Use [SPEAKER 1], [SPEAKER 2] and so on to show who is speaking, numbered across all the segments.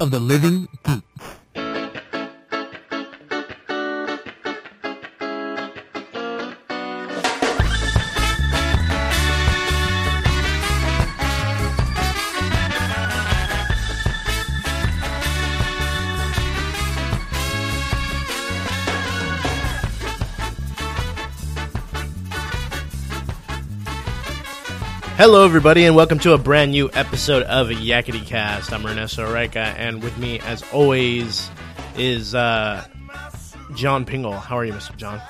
[SPEAKER 1] of the living poop.
[SPEAKER 2] Hello, everybody, and welcome to a brand new episode of Yakety Cast. I'm Ernesto Oreca, and with me, as always, is uh, John Pingle. How are you, Mr. John?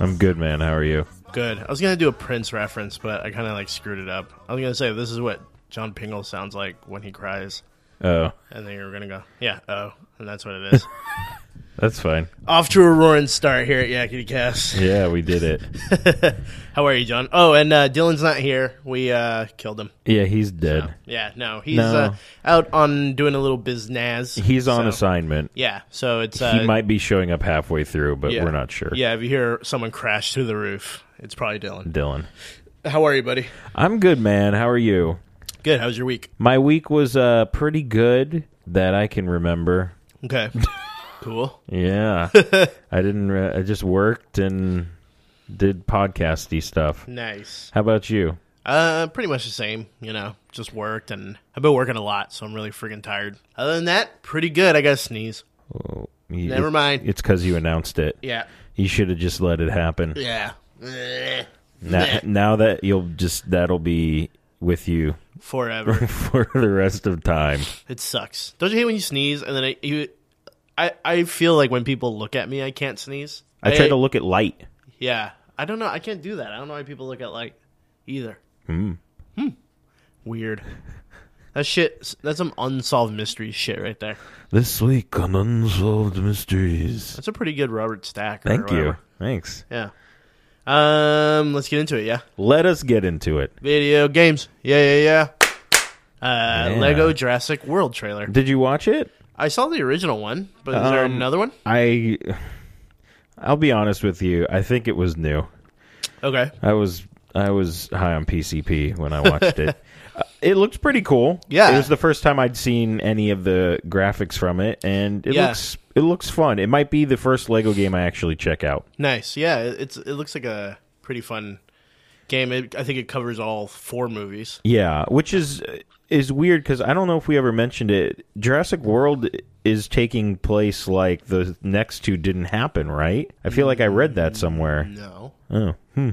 [SPEAKER 3] I'm good, man. How are you?
[SPEAKER 2] Good. I was gonna do a Prince reference, but I kind of like screwed it up. I was gonna say this is what John Pingle sounds like when he cries,
[SPEAKER 3] Oh,
[SPEAKER 2] and then you were gonna go, yeah, oh, and that's what it is.
[SPEAKER 3] that's fine.
[SPEAKER 2] Off to a roaring start here at Yakety Cast.
[SPEAKER 3] Yeah, we did it.
[SPEAKER 2] How are you, John? Oh, and uh, Dylan's not here. We uh, killed him.
[SPEAKER 3] Yeah, he's dead.
[SPEAKER 2] Yeah, no, he's
[SPEAKER 3] No.
[SPEAKER 2] Uh, out on doing a little biznaz.
[SPEAKER 3] He's on
[SPEAKER 2] so-
[SPEAKER 3] assignment.
[SPEAKER 2] Yeah, so it's uh,
[SPEAKER 3] he might be showing up halfway through, but
[SPEAKER 2] yeah.
[SPEAKER 3] we're not sure.
[SPEAKER 2] Yeah, if you hear someone crash through the roof, it's probably Dylan.
[SPEAKER 3] Dylan.
[SPEAKER 2] How are you, buddy?
[SPEAKER 3] I'm good, man. How are you?
[SPEAKER 2] Good. How's your week?
[SPEAKER 3] My week was uh pretty good that I can remember.
[SPEAKER 2] Okay. cool.
[SPEAKER 3] Yeah. I didn't re- I just worked and did podcasty stuff.
[SPEAKER 2] Nice.
[SPEAKER 3] How about you?
[SPEAKER 2] Uh, pretty much the same. You know, just worked, and I've been working a lot, so I'm really freaking tired. Other than that, pretty good. I got a sneeze.
[SPEAKER 3] Oh, you-
[SPEAKER 2] Never
[SPEAKER 3] it-
[SPEAKER 2] mind.
[SPEAKER 3] It's cuz you announced it.
[SPEAKER 2] Yeah.
[SPEAKER 3] You should have just let it happen.
[SPEAKER 2] Yeah. Eh.
[SPEAKER 3] Now, now that you'll just that'll be with you
[SPEAKER 2] Forever.
[SPEAKER 3] for the rest of time.
[SPEAKER 2] it sucks. Don't you hate when you sneeze and then I you, I I feel like when people look at me, I can't sneeze.
[SPEAKER 3] I try to look at light.
[SPEAKER 2] Yeah, I don't know. I can't do that. I don't know why people look at light either. Hmm. Hmm. Weird. That shit. That's some unsolved mystery shit right there.
[SPEAKER 3] This week on Unsolved Mysteries.
[SPEAKER 2] That's a pretty good Robert Stack. or
[SPEAKER 3] Thank you.
[SPEAKER 2] whatever.
[SPEAKER 3] Thanks.
[SPEAKER 2] Yeah. Um. Let's get into it. Yeah.
[SPEAKER 3] Let us get into it.
[SPEAKER 2] Video games. Yeah. Yeah. Yeah. Uh,
[SPEAKER 3] Yeah.
[SPEAKER 2] Lego Jurassic World trailer.
[SPEAKER 3] Did you watch it?
[SPEAKER 2] I saw the original one, but is there
[SPEAKER 3] Um,
[SPEAKER 2] another one?
[SPEAKER 3] I I'll be honest with you. I think it was new.
[SPEAKER 2] Okay.
[SPEAKER 3] I was I was high on PCP when I watched it. Uh, It looked pretty cool.
[SPEAKER 2] Yeah.
[SPEAKER 3] it was the first time I'd seen any of the graphics from it, and it
[SPEAKER 2] Yeah.
[SPEAKER 3] looks it looks fun. It might be the first Lego game I actually check out.
[SPEAKER 2] Nice. Yeah. it- It's. It looks like a pretty fun game. It, I think it covers all four movies.
[SPEAKER 3] Yeah, which is is weird because I don't know if we ever mentioned it. Jurassic World is taking place like the next two didn't happen, right? I feel like I read that somewhere.
[SPEAKER 2] No.
[SPEAKER 3] Oh, hmm.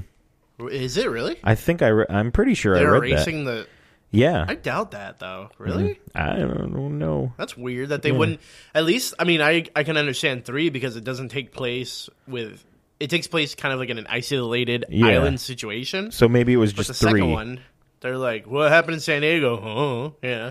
[SPEAKER 2] Is it really?
[SPEAKER 3] I think I re- I'm pretty sure
[SPEAKER 2] They're
[SPEAKER 3] I read that.
[SPEAKER 2] erasing the.
[SPEAKER 3] Yeah,
[SPEAKER 2] I doubt that though. Really?
[SPEAKER 3] I don't know.
[SPEAKER 2] That's weird that they wouldn't. At least, I mean, I I can understand three because it doesn't take place with. It takes place kind of like in an isolated
[SPEAKER 3] Yeah.
[SPEAKER 2] island situation.
[SPEAKER 3] So maybe it was
[SPEAKER 2] But the
[SPEAKER 3] just three.
[SPEAKER 2] second one, they're like, "What happened in San Diego?" Oh, yeah.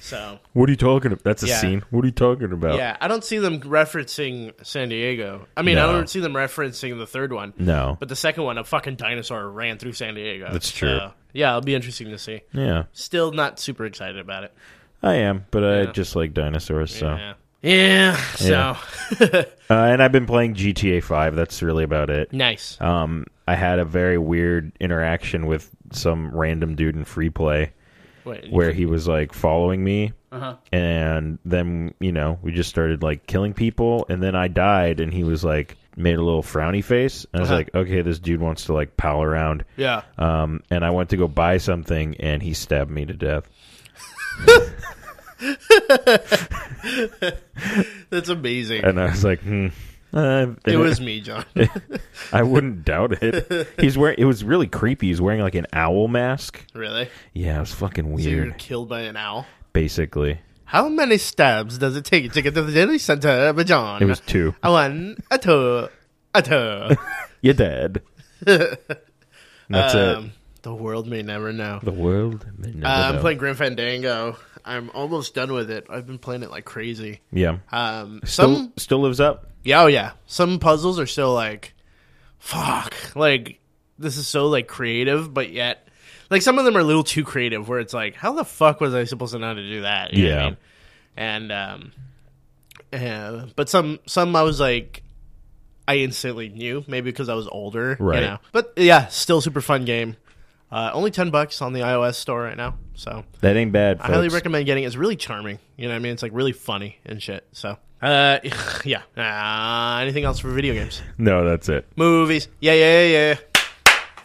[SPEAKER 2] So
[SPEAKER 3] What are you talking about? That's a
[SPEAKER 2] Yeah.
[SPEAKER 3] scene. What are you talking about?
[SPEAKER 2] yeah, I don't see them referencing San Diego. I mean, I
[SPEAKER 3] No.
[SPEAKER 2] don't see them referencing the third one.
[SPEAKER 3] No.
[SPEAKER 2] But the second one, a fucking dinosaur ran through San Diego.
[SPEAKER 3] That's true.
[SPEAKER 2] So, yeah, it'll be interesting to see.
[SPEAKER 3] yeah,
[SPEAKER 2] Still not super excited about it.
[SPEAKER 3] I am, but I just like dinosaurs. So,
[SPEAKER 2] Yeah. Yeah. So
[SPEAKER 3] uh, and I've been playing GTA Five. That's really about it.
[SPEAKER 2] nice.
[SPEAKER 3] um, I had a very weird interaction with some random dude in free play
[SPEAKER 2] Wait,
[SPEAKER 3] where he was like following me.
[SPEAKER 2] Uh-huh.
[SPEAKER 3] And then, you know, we just started like killing people. And then I died and he was like, made a little frowny face. And I was
[SPEAKER 2] Uh-huh.
[SPEAKER 3] like, okay, this dude wants to like pal around.
[SPEAKER 2] Yeah.
[SPEAKER 3] Um, and I went to go buy something and he stabbed me to death.
[SPEAKER 2] That's amazing.
[SPEAKER 3] And I was like, hmm. Uh,
[SPEAKER 2] It was me, John.
[SPEAKER 3] I wouldn't doubt it. He's wearing. It was really creepy. He's wearing like an owl mask.
[SPEAKER 2] really?
[SPEAKER 3] Yeah, it was fucking
[SPEAKER 2] So you were
[SPEAKER 3] weird.
[SPEAKER 2] killed by an owl.
[SPEAKER 3] Basically,
[SPEAKER 2] How many stabs does it take to get to the daily center, but John?
[SPEAKER 3] it was two.
[SPEAKER 2] a one, a two, a two.
[SPEAKER 3] You're dead. That's
[SPEAKER 2] um, the world may never know.
[SPEAKER 3] it. The world. may never
[SPEAKER 2] Uh, I'm
[SPEAKER 3] know.
[SPEAKER 2] playing Grim Fandango. I'm almost done with it. I've been playing it like crazy.
[SPEAKER 3] Yeah.
[SPEAKER 2] Um,
[SPEAKER 3] Still,
[SPEAKER 2] some
[SPEAKER 3] still lives up.
[SPEAKER 2] Yeah, oh yeah. Some puzzles are still like, fuck. Like this is so like creative, but yet, like some of them are a little too creative. Where it's like, how the fuck was I supposed to know how to do that? You know what I
[SPEAKER 3] Yeah.
[SPEAKER 2] mean? And um, uh, but some some I was like, I instantly knew maybe because I was older, You
[SPEAKER 3] Right.
[SPEAKER 2] know? But yeah, still super fun game. Uh, only ten bucks on the iOS store right now, so
[SPEAKER 3] That ain't bad.
[SPEAKER 2] I highly
[SPEAKER 3] folks.
[SPEAKER 2] recommend getting it. It's really charming. You know what I mean? It's like really funny and shit. So, uh, yeah. Uh, anything else for video games?
[SPEAKER 3] No, that's it.
[SPEAKER 2] Movies. Yeah, yeah, yeah, yeah.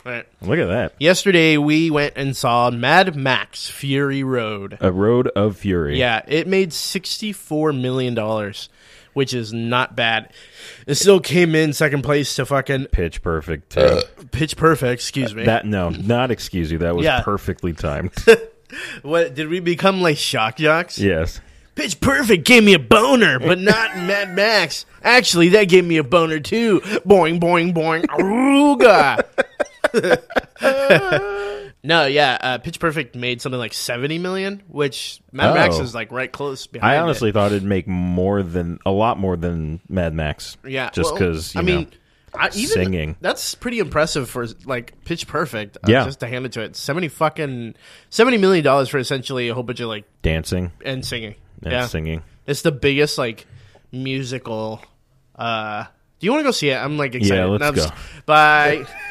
[SPEAKER 2] All right.
[SPEAKER 3] Look at that.
[SPEAKER 2] Yesterday we went and saw Mad Max Fury Road.
[SPEAKER 3] A road of fury.
[SPEAKER 2] Yeah, it made sixty-four million dollars, which is not bad. It still came in second place to fucking
[SPEAKER 3] Pitch perfect. too.
[SPEAKER 2] Pitch Perfect. Excuse me.
[SPEAKER 3] that no, not excuse you. That was
[SPEAKER 2] Uh, Yeah.
[SPEAKER 3] perfectly timed.
[SPEAKER 2] what did we become like shock jocks?
[SPEAKER 3] yes.
[SPEAKER 2] Pitch Perfect gave me a boner, but not Mad Max. Actually, that gave me a boner too. Boing, boing, boing. Aruga. no, yeah. Uh, Pitch Perfect made something like seventy million, which Mad Max
[SPEAKER 3] Oh.
[SPEAKER 2] is like right close behind.
[SPEAKER 3] I
[SPEAKER 2] it.
[SPEAKER 3] honestly thought it'd make more than a lot more than Mad Max.
[SPEAKER 2] yeah,
[SPEAKER 3] Just
[SPEAKER 2] well,
[SPEAKER 3] because
[SPEAKER 2] I
[SPEAKER 3] you know.
[SPEAKER 2] mean. I, even,
[SPEAKER 3] singing.
[SPEAKER 2] That's pretty impressive for like Pitch Perfect. Uh,
[SPEAKER 3] Yeah.
[SPEAKER 2] just to hand it to it, seventy fucking seventy million dollars for essentially a whole bunch of like
[SPEAKER 3] dancing
[SPEAKER 2] and singing.
[SPEAKER 3] and
[SPEAKER 2] yeah,
[SPEAKER 3] singing.
[SPEAKER 2] It's the biggest like musical. Uh, do you want to go see it? I'm like excited.
[SPEAKER 3] Yeah, let's
[SPEAKER 2] I'm s-
[SPEAKER 3] go.
[SPEAKER 2] Bye.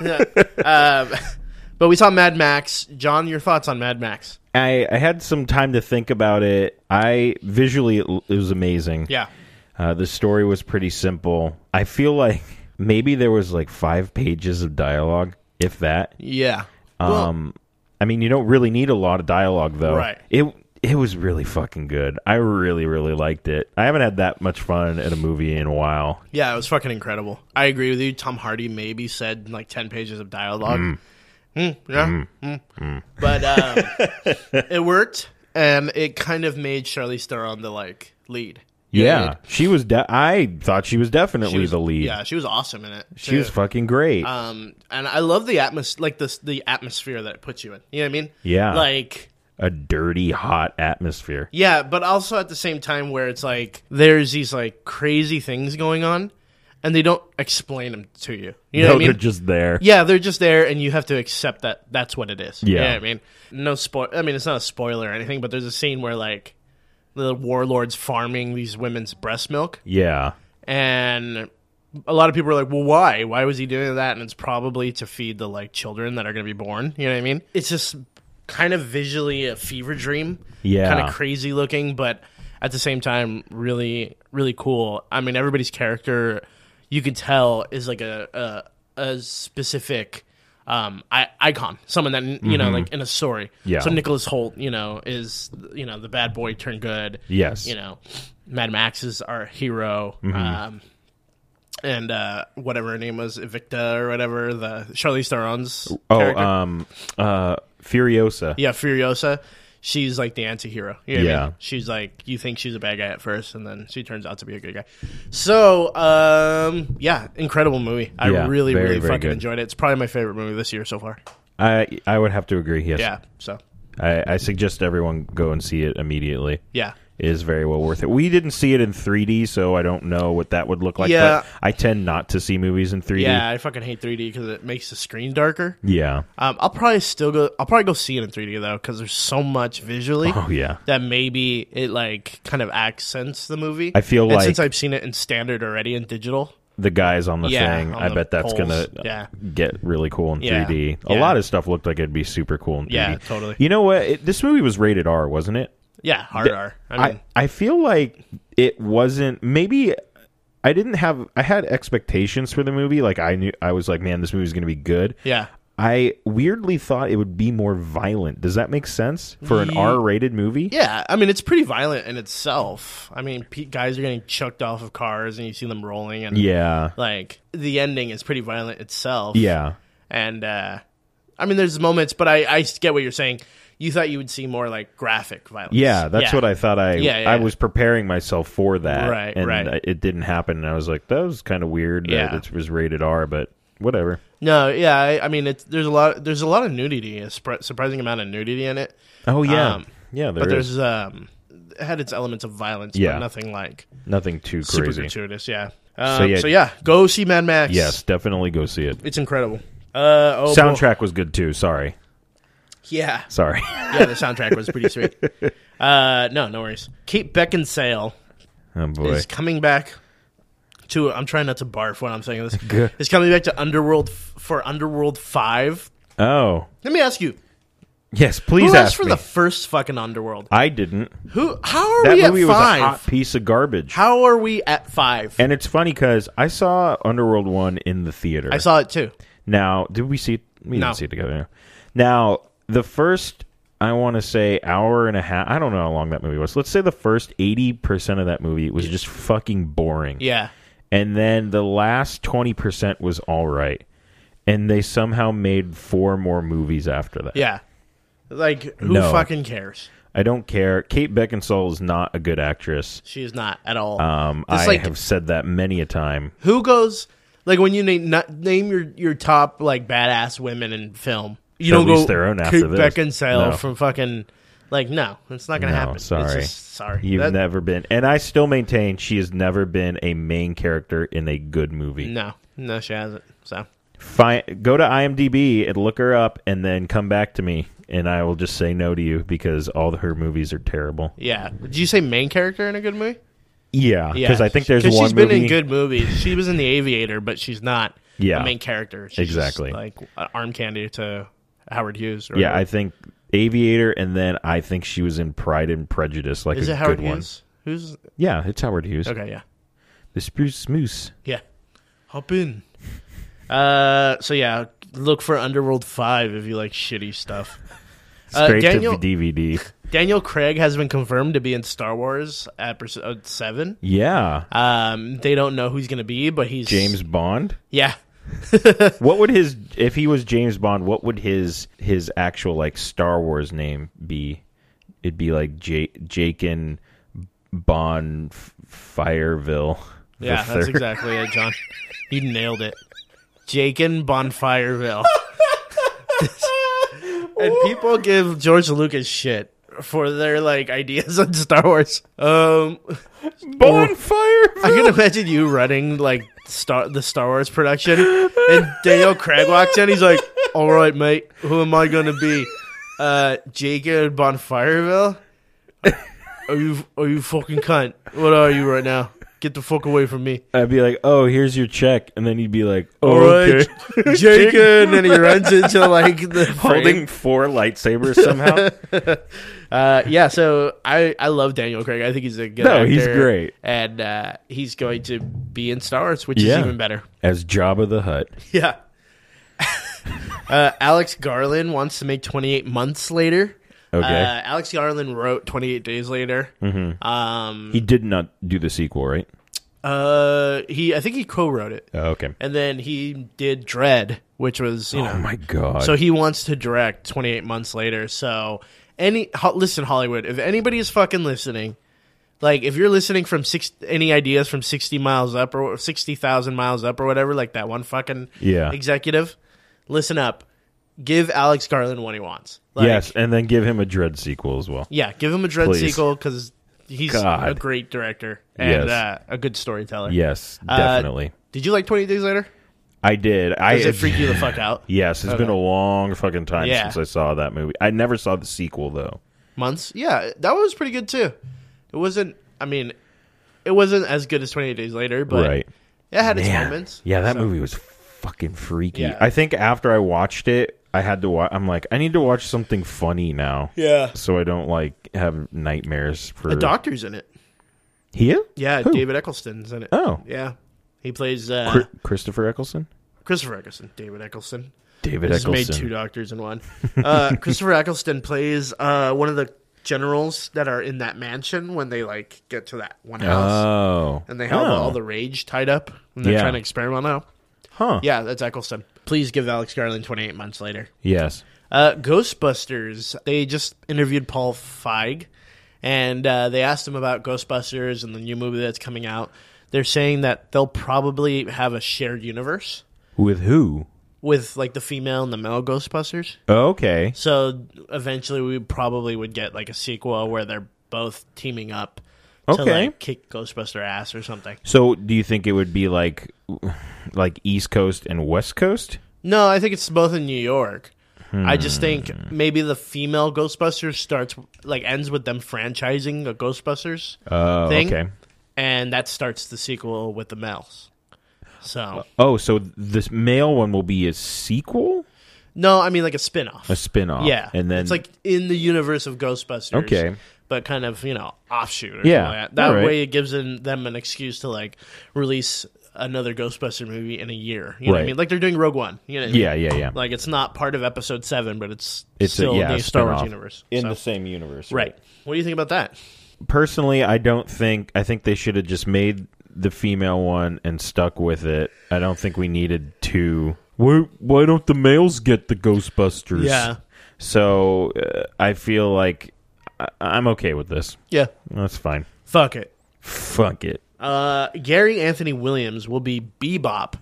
[SPEAKER 2] Yeah. um, but we saw Mad Max. John, your thoughts on Mad Max?
[SPEAKER 3] I, I had some time to think about it. I visually it, l- it was amazing.
[SPEAKER 2] Yeah,
[SPEAKER 3] Uh, the story was pretty simple. I feel like maybe there was like five pages of dialogue, if that.
[SPEAKER 2] yeah.
[SPEAKER 3] Um, I mean, you don't really need a lot of dialogue though.
[SPEAKER 2] Right.
[SPEAKER 3] It it was really fucking good. I really really liked it. I haven't had that much fun at a movie in a while.
[SPEAKER 2] yeah, it was fucking incredible. I agree with you. Tom Hardy maybe said like ten pages of dialogue. Mm, yeah, mm. but um, it worked, and it kind of made Charlize Theron the like lead. You know what I mean?
[SPEAKER 3] she was. De- I thought she was definitely
[SPEAKER 2] she was
[SPEAKER 3] the lead.
[SPEAKER 2] Yeah, she was awesome in it.
[SPEAKER 3] she was
[SPEAKER 2] too.
[SPEAKER 3] fucking great.
[SPEAKER 2] Um, and I love the atmos, like the the atmosphere that it puts you in. You know what I mean?
[SPEAKER 3] Yeah.
[SPEAKER 2] Like,
[SPEAKER 3] a dirty, hot atmosphere.
[SPEAKER 2] yeah, but also at the same time where it's like there's these like crazy things going on, and they don't explain them to you. You know
[SPEAKER 3] no,
[SPEAKER 2] what I
[SPEAKER 3] they're
[SPEAKER 2] mean?
[SPEAKER 3] just there.
[SPEAKER 2] yeah, they're just there, and you have to accept that that's what it is. You know
[SPEAKER 3] Yeah.
[SPEAKER 2] what I mean, no spoil. I mean, it's not a spoiler or anything, but there's a scene where like the warlord's farming these women's breast milk,
[SPEAKER 3] Yeah.
[SPEAKER 2] and a lot of people are like, "Well, why? Why was he doing that?" And it's probably to feed the like children that are going to be born. You know what I mean? It's just kind of visually a fever dream.
[SPEAKER 3] Yeah.
[SPEAKER 2] kind of crazy looking, but at the same time, really, really cool. I mean, everybody's character you can tell is like a a, a specific. Um, I, icon, someone that you know, like in a story.
[SPEAKER 3] Mm-hmm. Yeah.
[SPEAKER 2] So Nicholas Holt, you know, is you know the bad boy turned good
[SPEAKER 3] Yes. Mm-hmm.
[SPEAKER 2] you know, Mad Max is our hero. Um, and uh, whatever her name was, Evicta or whatever, the Charlize Theron's
[SPEAKER 3] oh,
[SPEAKER 2] character.
[SPEAKER 3] um, uh, Furiosa.
[SPEAKER 2] yeah, Furiosa. She's like the anti-hero. You know what I
[SPEAKER 3] Yeah.
[SPEAKER 2] mean? She's like you think she's a bad guy at first and then she turns out to be a good guy. So, um yeah, incredible movie. I
[SPEAKER 3] Yeah,
[SPEAKER 2] really
[SPEAKER 3] very,
[SPEAKER 2] really
[SPEAKER 3] very
[SPEAKER 2] fucking
[SPEAKER 3] good.
[SPEAKER 2] enjoyed it. It's probably my favorite movie this year so far.
[SPEAKER 3] I I would have to agree. Yes.
[SPEAKER 2] Yeah, so.
[SPEAKER 3] I, I suggest everyone go and see it immediately.
[SPEAKER 2] Yeah.
[SPEAKER 3] It is very well worth it. We didn't see it in 3D, so I don't know what that would look like.
[SPEAKER 2] Yeah.
[SPEAKER 3] But I tend not to see movies in 3D.
[SPEAKER 2] Yeah, I fucking hate 3D cuz it makes the screen darker.
[SPEAKER 3] Yeah.
[SPEAKER 2] Um, I'll probably still go. I'll probably go see it in 3D though, because there's so much visually
[SPEAKER 3] Oh yeah.
[SPEAKER 2] that maybe it like kind of accents the movie.
[SPEAKER 3] I feel
[SPEAKER 2] and
[SPEAKER 3] like-
[SPEAKER 2] since I've seen it in standard already in digital,
[SPEAKER 3] The guys on the
[SPEAKER 2] Yeah,
[SPEAKER 3] thing.
[SPEAKER 2] on
[SPEAKER 3] I
[SPEAKER 2] the
[SPEAKER 3] bet that's
[SPEAKER 2] poles.
[SPEAKER 3] gonna
[SPEAKER 2] Yeah.
[SPEAKER 3] get really cool in
[SPEAKER 2] Yeah.
[SPEAKER 3] 3D. A
[SPEAKER 2] Yeah.
[SPEAKER 3] lot of stuff looked like it'd be super cool in 3D.
[SPEAKER 2] Yeah, totally.
[SPEAKER 3] You know what? It, this movie was rated R, wasn't it?
[SPEAKER 2] yeah, hard R. I mean,
[SPEAKER 3] I, I feel like it wasn't maybe I didn't have I had expectations for the movie like I knew I was like man this movie's going to be good.
[SPEAKER 2] yeah,
[SPEAKER 3] I weirdly thought it would be more violent. Does that make sense for an
[SPEAKER 2] Ye-
[SPEAKER 3] R-rated movie?
[SPEAKER 2] yeah. I mean, it's pretty violent in itself. I mean, pe- guys are getting chucked off of cars, and you see them rolling, and
[SPEAKER 3] Yeah.
[SPEAKER 2] like the ending is pretty violent itself.
[SPEAKER 3] Yeah.
[SPEAKER 2] and uh, I mean, there's moments, but I I get what you're saying. You thought you would see more like graphic violence.
[SPEAKER 3] Yeah, that's what I thought. I
[SPEAKER 2] Yeah, yeah,
[SPEAKER 3] I
[SPEAKER 2] yeah.
[SPEAKER 3] was preparing myself for that,
[SPEAKER 2] Right,
[SPEAKER 3] And
[SPEAKER 2] right.
[SPEAKER 3] I- it didn't happen, and I was like, that was kind of weird.
[SPEAKER 2] Yeah.
[SPEAKER 3] that it was rated R, but whatever.
[SPEAKER 2] No, yeah, I, I mean, it's, there's a lot, there's a lot of nudity, a spri- surprising amount of nudity in it,
[SPEAKER 3] Oh yeah,
[SPEAKER 2] Um,
[SPEAKER 3] yeah. There
[SPEAKER 2] but
[SPEAKER 3] is
[SPEAKER 2] there's um, it had its elements of violence,
[SPEAKER 3] Yeah.
[SPEAKER 2] but nothing like
[SPEAKER 3] nothing too
[SPEAKER 2] super
[SPEAKER 3] crazy.
[SPEAKER 2] gratuitous. Yeah. Um,
[SPEAKER 3] So,
[SPEAKER 2] so
[SPEAKER 3] yeah.
[SPEAKER 2] yeah, go see Mad Max.
[SPEAKER 3] Yes, definitely go see it.
[SPEAKER 2] it's incredible. Uh, oh, boy.
[SPEAKER 3] Soundtrack was good too. Sorry,
[SPEAKER 2] Yeah,
[SPEAKER 3] sorry.
[SPEAKER 2] yeah, the soundtrack was pretty sweet. Uh, no, no worries. Kate Beckinsale
[SPEAKER 3] oh boy.
[SPEAKER 2] is coming back to. I'm trying not to barf when I'm saying this. Is coming back to Underworld f- for Underworld Five.
[SPEAKER 3] Oh,
[SPEAKER 2] Let me ask you.
[SPEAKER 3] yes.
[SPEAKER 2] Who
[SPEAKER 3] Please
[SPEAKER 2] asked
[SPEAKER 3] ask
[SPEAKER 2] for
[SPEAKER 3] me.
[SPEAKER 2] the first fucking Underworld?
[SPEAKER 3] I didn't.
[SPEAKER 2] Who? How are
[SPEAKER 3] That
[SPEAKER 2] we at
[SPEAKER 3] movie was
[SPEAKER 2] five?
[SPEAKER 3] a hot piece of garbage.
[SPEAKER 2] How are we at five?
[SPEAKER 3] And it's funny because I saw Underworld one in the theater.
[SPEAKER 2] I saw it too.
[SPEAKER 3] Now, did we see? We
[SPEAKER 2] No.
[SPEAKER 3] didn't see it together. Now, the first, I want to say, hour and a half. I don't know how long that movie was. Let's say the first eighty percent of that movie was just fucking boring.
[SPEAKER 2] Yeah.
[SPEAKER 3] and then the last twenty percent was all right. And they somehow made four more movies after that.
[SPEAKER 2] Yeah. Like, who
[SPEAKER 3] No.
[SPEAKER 2] fucking cares?
[SPEAKER 3] I don't care. Kate Beckinsale is not a good actress.
[SPEAKER 2] She is not at all.
[SPEAKER 3] Um,
[SPEAKER 2] It's
[SPEAKER 3] I
[SPEAKER 2] like-
[SPEAKER 3] have said that many a time.
[SPEAKER 2] who goes, like, when you name, not, name your, your top, like, badass women in film, you
[SPEAKER 3] At
[SPEAKER 2] don't go
[SPEAKER 3] least their own after
[SPEAKER 2] Kate
[SPEAKER 3] this.
[SPEAKER 2] Beckinsale
[SPEAKER 3] No.
[SPEAKER 2] from fucking, like, no, it's not going to
[SPEAKER 3] No,
[SPEAKER 2] happen. It's
[SPEAKER 3] sorry.
[SPEAKER 2] just- sorry.
[SPEAKER 3] You've
[SPEAKER 2] That-
[SPEAKER 3] never been, and I still maintain she has never been a main character in a good movie.
[SPEAKER 2] no, no, she hasn't. So,
[SPEAKER 3] Find, go to IMDb and look her up, and then come back to me, and I will just say no to you because all her movies are terrible.
[SPEAKER 2] yeah. Did you say main character in a good movie?
[SPEAKER 3] Yeah,
[SPEAKER 2] Yeah.
[SPEAKER 3] because I think there's
[SPEAKER 2] 'Cause
[SPEAKER 3] one
[SPEAKER 2] she's
[SPEAKER 3] movie.
[SPEAKER 2] been in good movies. She was in The Aviator, but she's not
[SPEAKER 3] Yeah.
[SPEAKER 2] a main character. She's just,
[SPEAKER 3] Exactly.
[SPEAKER 2] like, a- arm candy to Howard Hughes. Or
[SPEAKER 3] yeah, I think Aviator, and then I think she was in Pride and Prejudice, like
[SPEAKER 2] Is
[SPEAKER 3] a
[SPEAKER 2] it Howard
[SPEAKER 3] good one.
[SPEAKER 2] Hughes? Who's
[SPEAKER 3] Yeah, it's Howard Hughes.
[SPEAKER 2] okay? Yeah,
[SPEAKER 3] The Spruce Moose.
[SPEAKER 2] yeah. Hop in. Uh, so yeah, look for Underworld Five if you like shitty stuff. Uh,
[SPEAKER 3] Straight
[SPEAKER 2] Daniel-
[SPEAKER 3] to DVD.
[SPEAKER 2] Daniel Craig has been confirmed to be in Star Wars Episode Seven.
[SPEAKER 3] Yeah,
[SPEAKER 2] Um, they don't know who he's gonna be, but he's
[SPEAKER 3] James Bond.
[SPEAKER 2] Yeah,
[SPEAKER 3] What would his if he was James Bond? What would his his actual like Star Wars name be? It'd be like J- Jakin Bond F- Fireville. the
[SPEAKER 2] yeah, that's
[SPEAKER 3] third.
[SPEAKER 2] exactly it, John. You nailed it, Jaken Bonfireville. and people give George Lucas shit for their like ideas on Star Wars. Um.
[SPEAKER 3] Bond Fireville.
[SPEAKER 2] I can imagine you running like star the Star Wars production, and Daniel Craig walks in. He's like, "All right, mate, who am I gonna be? Uh, Jacob Bonfireville? Are you are you fucking cunt? What are you right now? Get the fuck away from me!
[SPEAKER 3] I'd be like, "Oh, here's your check," and then he'd be like,
[SPEAKER 2] All
[SPEAKER 3] "Oh,
[SPEAKER 2] right,
[SPEAKER 3] okay."
[SPEAKER 2] Jacob." And then he runs into like the frame.
[SPEAKER 3] Holding four lightsabers somehow.
[SPEAKER 2] Uh, yeah, so I I love Daniel Craig. I think he's a good.
[SPEAKER 3] No, he's
[SPEAKER 2] actor,
[SPEAKER 3] great.
[SPEAKER 2] and uh, he's going to be in Star Wars, which
[SPEAKER 3] Yeah.
[SPEAKER 2] is even better.
[SPEAKER 3] As Jabba the Hutt.
[SPEAKER 2] Yeah. uh, Alex Garland wants to make 28 months later.
[SPEAKER 3] Okay. Mm-hmm.
[SPEAKER 2] Uh, Alex Garland wrote 28 days later. Um,
[SPEAKER 3] he did not do the sequel, right?
[SPEAKER 2] uh, he, I think he co-wrote it,
[SPEAKER 3] Oh, okay.
[SPEAKER 2] and then he did Dread, which was you know.
[SPEAKER 3] Oh my god.
[SPEAKER 2] so he wants to direct 28 months later. So any ho- listen, Hollywood, if anybody is fucking listening. Like if you're listening from six, any ideas from sixty miles up or sixty thousand miles up or whatever, like that one fucking
[SPEAKER 3] Yeah.
[SPEAKER 2] executive, listen up. Give Alex Garland what he wants. Like,
[SPEAKER 3] yes, and then give him a Dread sequel as well.
[SPEAKER 2] Yeah, give him a Dread
[SPEAKER 3] Please.
[SPEAKER 2] sequel because he's
[SPEAKER 3] God.
[SPEAKER 2] a great director and
[SPEAKER 3] Yes.
[SPEAKER 2] uh, a good storyteller.
[SPEAKER 3] Yes,
[SPEAKER 2] Uh,
[SPEAKER 3] definitely.
[SPEAKER 2] Did you like 28 Days Later?
[SPEAKER 3] I did. I
[SPEAKER 2] Does it freak you the fuck out?
[SPEAKER 3] Yes, it's been a long fucking time
[SPEAKER 2] Yeah.
[SPEAKER 3] since I saw that movie. I never saw the sequel though.
[SPEAKER 2] Months? Yeah, that one was pretty good too. It wasn't, I mean, it wasn't as good as 28 Days Later, but
[SPEAKER 3] right.
[SPEAKER 2] it had its
[SPEAKER 3] Man.
[SPEAKER 2] moments.
[SPEAKER 3] Yeah, that
[SPEAKER 2] So-
[SPEAKER 3] movie was fucking freaky.
[SPEAKER 2] Yeah.
[SPEAKER 3] I think after I watched it, I had to watch I'm like, I need to watch something funny now.
[SPEAKER 2] Yeah.
[SPEAKER 3] So I don't like have nightmares for
[SPEAKER 2] The doctor's in it.
[SPEAKER 3] He?
[SPEAKER 2] Yeah,
[SPEAKER 3] Who?
[SPEAKER 2] David Eccleston's in it.
[SPEAKER 3] Oh.
[SPEAKER 2] Yeah. He plays uh,
[SPEAKER 3] Cr- Christopher Eccleston?
[SPEAKER 2] Christopher Eccleston, David Eccleston.
[SPEAKER 3] David
[SPEAKER 2] Just made
[SPEAKER 3] Eccleston.
[SPEAKER 2] two doctors in one. Uh, Christopher Eccleston plays uh, one of the generals that are in that mansion when they like get to that one house
[SPEAKER 3] oh.
[SPEAKER 2] and they have
[SPEAKER 3] Oh.
[SPEAKER 2] all the rage tied up and they're
[SPEAKER 3] Yeah.
[SPEAKER 2] trying to experiment now.
[SPEAKER 3] Huh.
[SPEAKER 2] Yeah, that's Eccleston. Please give Alex Garland 28 months later.
[SPEAKER 3] Yes.
[SPEAKER 2] Uh, Ghostbusters. They just interviewed Paul Feig, and uh, they asked him about Ghostbusters and the new movie that's coming out. They're saying that they'll probably have a shared universe
[SPEAKER 3] With who? Oh,
[SPEAKER 2] with like the female and the male Ghostbusters.
[SPEAKER 3] Okay.
[SPEAKER 2] So eventually, we probably would get like a sequel where they're both teaming up to
[SPEAKER 3] Okay.
[SPEAKER 2] like kick Ghostbuster ass or something.
[SPEAKER 3] So do you think it would be like like East Coast and West Coast?
[SPEAKER 2] No, I think it's both in New York. I just think maybe the female Ghostbusters starts like ends with them franchising a Ghostbusters,
[SPEAKER 3] Oh,
[SPEAKER 2] Thing?
[SPEAKER 3] okay.
[SPEAKER 2] and that starts the sequel with the males. So
[SPEAKER 3] Oh, so this male one will be a sequel?
[SPEAKER 2] No, I mean like a spin-off.
[SPEAKER 3] A spin-off.
[SPEAKER 2] yeah,
[SPEAKER 3] And then
[SPEAKER 2] it's like in the universe of Ghostbusters.
[SPEAKER 3] Okay.
[SPEAKER 2] but kind of you know offshoot. Or yeah,
[SPEAKER 3] Yeah,
[SPEAKER 2] that, That
[SPEAKER 3] all right.
[SPEAKER 2] way it gives them, them an excuse to like release another Ghostbuster movie in a year. You know what I
[SPEAKER 3] Right.
[SPEAKER 2] mean? Like they're doing Rogue One. You know what I mean?
[SPEAKER 3] Yeah, yeah, yeah.
[SPEAKER 2] Like it's not part of Episode Seven, but it's,
[SPEAKER 3] It's a-
[SPEAKER 2] still in
[SPEAKER 3] yeah, a
[SPEAKER 2] the Star Wars
[SPEAKER 3] spin-off.
[SPEAKER 2] universe.
[SPEAKER 3] in
[SPEAKER 2] So-
[SPEAKER 3] the same universe.
[SPEAKER 2] right. What do you think about that?
[SPEAKER 3] Personally, I don't think I think they should have just made the female one and stuck with it. I don't think we needed two. Why, why don't the males get the Ghostbusters?
[SPEAKER 2] Yeah.
[SPEAKER 3] So uh, I feel like I, I'm okay with this.
[SPEAKER 2] Yeah.
[SPEAKER 3] That's fine.
[SPEAKER 2] Fuck it.
[SPEAKER 3] Fuck it.
[SPEAKER 2] Uh, Gary Anthony Williams will be Bebop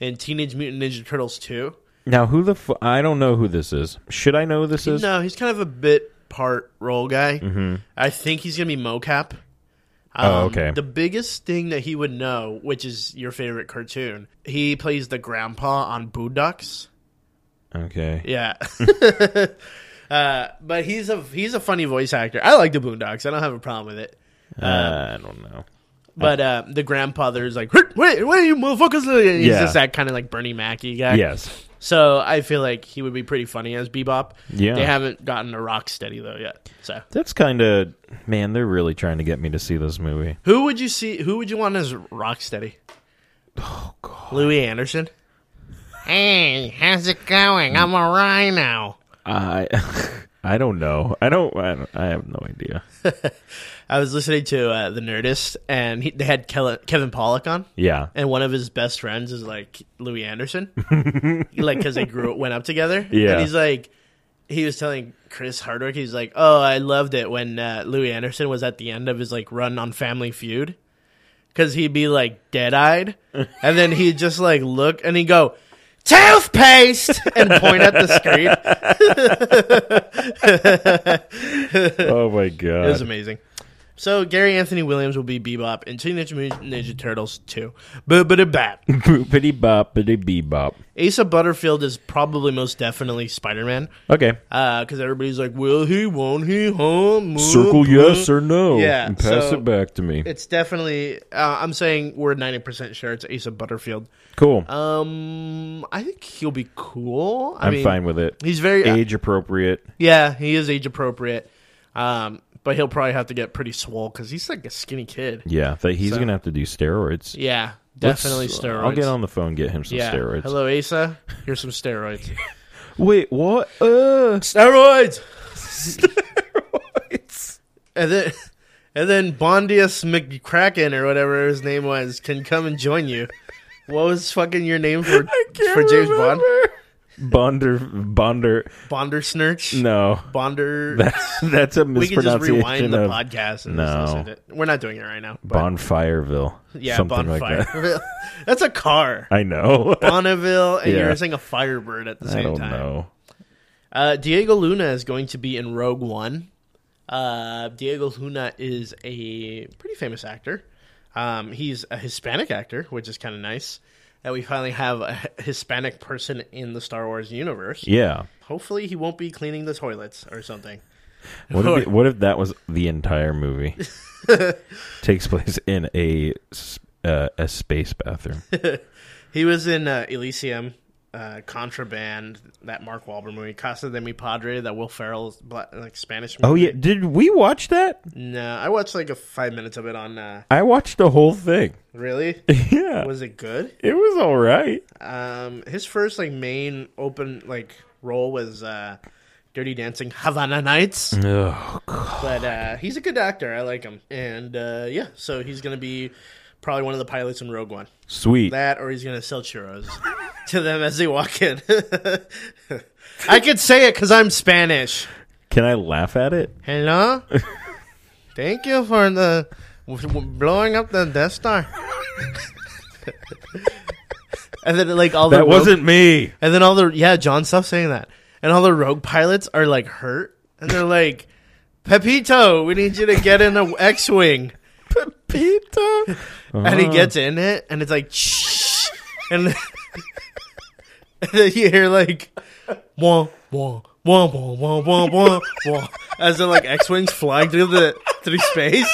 [SPEAKER 2] in Teenage Mutant Ninja Turtles 2.
[SPEAKER 3] Now, who the fu- I don't know who this is. Should I know who this is?
[SPEAKER 2] No, he's kind of a bit part role guy. Mm-hmm. I think he's going to be mocap. Um,
[SPEAKER 3] Oh, okay.
[SPEAKER 2] The biggest thing that he would know, which is your favorite cartoon, he plays the grandpa on Boondocks.
[SPEAKER 3] Okay.
[SPEAKER 2] Yeah. uh, but he's a he's a funny voice actor. I like the Boondocks. I don't have a problem with it.
[SPEAKER 3] Uh, I don't know.
[SPEAKER 2] But uh, the grandfather is like, wait, wait, wait, you motherfuckers! He's
[SPEAKER 3] Yeah.
[SPEAKER 2] just that kind of like Bernie Mackey guy.
[SPEAKER 3] Yes.
[SPEAKER 2] So I feel like he would be pretty funny as Bebop.
[SPEAKER 3] Yeah.
[SPEAKER 2] They haven't gotten a rock steady though yet. So
[SPEAKER 3] That's kind of man. They're really trying to get me to see this movie.
[SPEAKER 2] who would you see? Who would you want as rock steady? Oh God, Louis Anderson. Hey, how's it going? I'm a rhino.
[SPEAKER 3] I I don't know. I don't. I, don't, I have no idea.
[SPEAKER 2] I was listening to uh, the Nerdist, and he, they had Kele- Kevin Pollock on.
[SPEAKER 3] Yeah.
[SPEAKER 2] and one of his best friends is like Louis Anderson, like because they grew went up together.
[SPEAKER 3] Yeah.
[SPEAKER 2] and he's like, he was telling Chris Hardwick, he's like, oh, I loved it when uh, Louis Anderson was at the end of his like run on Family Feud, because he'd be like dead eyed, and then he'd just like look and he'd go. Toothpaste and point at the screen. It
[SPEAKER 3] Oh my god.
[SPEAKER 2] was amazing. So Gary Anthony Williams will be Bebop in Teenage Mutant Ninja Turtles 2. Boopity bap.
[SPEAKER 3] Boopity boppity bebop.
[SPEAKER 2] Asa Butterfield is probably most definitely Spider Man.
[SPEAKER 3] Okay.
[SPEAKER 2] because Uh, everybody's like, "Will he? Won't he? Huh?" Mwah,
[SPEAKER 3] Circle
[SPEAKER 2] mwah."
[SPEAKER 3] yes or no.
[SPEAKER 2] Yeah,
[SPEAKER 3] And pass
[SPEAKER 2] so-
[SPEAKER 3] it back to me.
[SPEAKER 2] It's definitely. Uh, I'm saying we're ninety percent sure it's Asa Butterfield.
[SPEAKER 3] Cool.
[SPEAKER 2] Um, I think he'll be cool. I
[SPEAKER 3] I'm
[SPEAKER 2] mean,
[SPEAKER 3] fine with it.
[SPEAKER 2] He's very uh,
[SPEAKER 3] Age appropriate.
[SPEAKER 2] yeah. He is age appropriate. Um, but he'll probably have to get pretty swole because he's like a skinny kid.
[SPEAKER 3] Yeah. That he's gonna have to do steroids.
[SPEAKER 2] Yeah,
[SPEAKER 3] Let's- uh,
[SPEAKER 2] definitely steroids.
[SPEAKER 3] I'll get on the phone. and Get him some
[SPEAKER 2] yeah.
[SPEAKER 3] steroids.
[SPEAKER 2] Hello, Asa. Here's some steroids.
[SPEAKER 3] Wait. What? Uh.
[SPEAKER 2] steroids. and then and then Bondius McCracken or whatever his name was can come and join you. What was fucking your name for for James Bond?
[SPEAKER 3] Bonder. Bonder.
[SPEAKER 2] Bonder Snurch?
[SPEAKER 3] No.
[SPEAKER 2] Bonder
[SPEAKER 3] That's a
[SPEAKER 2] We can just
[SPEAKER 3] mispronunciation
[SPEAKER 2] rewind the
[SPEAKER 3] of
[SPEAKER 2] podcast and
[SPEAKER 3] No.
[SPEAKER 2] just listen to it. We're not doing it right now. but-
[SPEAKER 3] Bonfireville.
[SPEAKER 2] yeah,
[SPEAKER 3] something
[SPEAKER 2] bonfire.
[SPEAKER 3] like that.
[SPEAKER 2] That's a car.
[SPEAKER 3] I know.
[SPEAKER 2] Bonneville and
[SPEAKER 3] Yeah.
[SPEAKER 2] you're saying a firebird at the same
[SPEAKER 3] I don't
[SPEAKER 2] time.
[SPEAKER 3] know.
[SPEAKER 2] Uh, Diego Luna is going to be in Rogue One. Uh, Diego Luna is a pretty famous actor. Um, he's a Hispanic actor, which is kind of nice that we finally have a H- Hispanic person in the Star Wars universe.
[SPEAKER 3] Yeah.
[SPEAKER 2] Hopefully, he won't be cleaning the toilets or something.
[SPEAKER 3] What if, it- what if that was the entire movie? Takes place in a s- uh, a space bathroom.
[SPEAKER 2] He was in uh, Elysium, uh, Contraband, that Mark Wahlberg movie, Casa de Mi Padre, that Will Ferrell's black, like Spanish movie.
[SPEAKER 3] Oh yeah, did we watch that?
[SPEAKER 2] no, I watched like a five minutes of it on. Uh,
[SPEAKER 3] I watched the whole thing.
[SPEAKER 2] really,
[SPEAKER 3] Yeah,
[SPEAKER 2] was it good?
[SPEAKER 3] it was all right.
[SPEAKER 2] Um, his first like main open like role was uh, Dirty Dancing Havana Nights,
[SPEAKER 3] Oh, God.
[SPEAKER 2] but uh, he's a good actor. I like him, and uh, yeah, so he's gonna be probably one of the pilots in Rogue One.
[SPEAKER 3] sweet.
[SPEAKER 2] That, or he's gonna sell churros to them as they walk in. I could say it because I'm Spanish.
[SPEAKER 3] Can I laugh at it?
[SPEAKER 2] Hello, thank you for the w- w- blowing up the Death Star. And then, like all the
[SPEAKER 3] That
[SPEAKER 2] rogue-
[SPEAKER 3] wasn't me.
[SPEAKER 2] And then all the yeah, John stuff saying that. And all the rogue pilots are like hurt, and they're like, "Pepito, we need you to get in a X-wing."
[SPEAKER 3] Pepito.
[SPEAKER 2] And he gets in it, and it's like, "Shh," and then, and then you hear like, "Wah wah wah wah wah wah wah," wah as the like X-wings flying through the through space.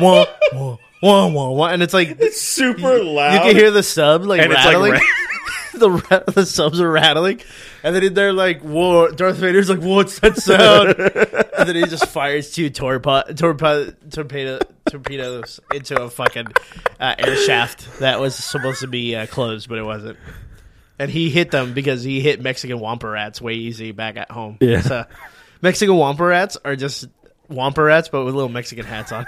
[SPEAKER 2] Wah wah wah wah wah, and it's like
[SPEAKER 3] Super
[SPEAKER 2] you
[SPEAKER 3] loud.
[SPEAKER 2] can hear the sub like
[SPEAKER 3] and it's
[SPEAKER 2] rattling.
[SPEAKER 3] like
[SPEAKER 2] the ra- the subs are rattling, and then they're like, "Whoa!" Darth Vader's like, "What's that sound?" and then he just fires two torpo- torpo- torpedo torpedoes into a fucking uh, air shaft that was supposed to be uh, closed, but it wasn't. And he hit them because he hit Mexican wampa rats way easy back at home.
[SPEAKER 3] Yeah.
[SPEAKER 2] So, Mexican wampa rats are just wampa rats, but with little Mexican hats on.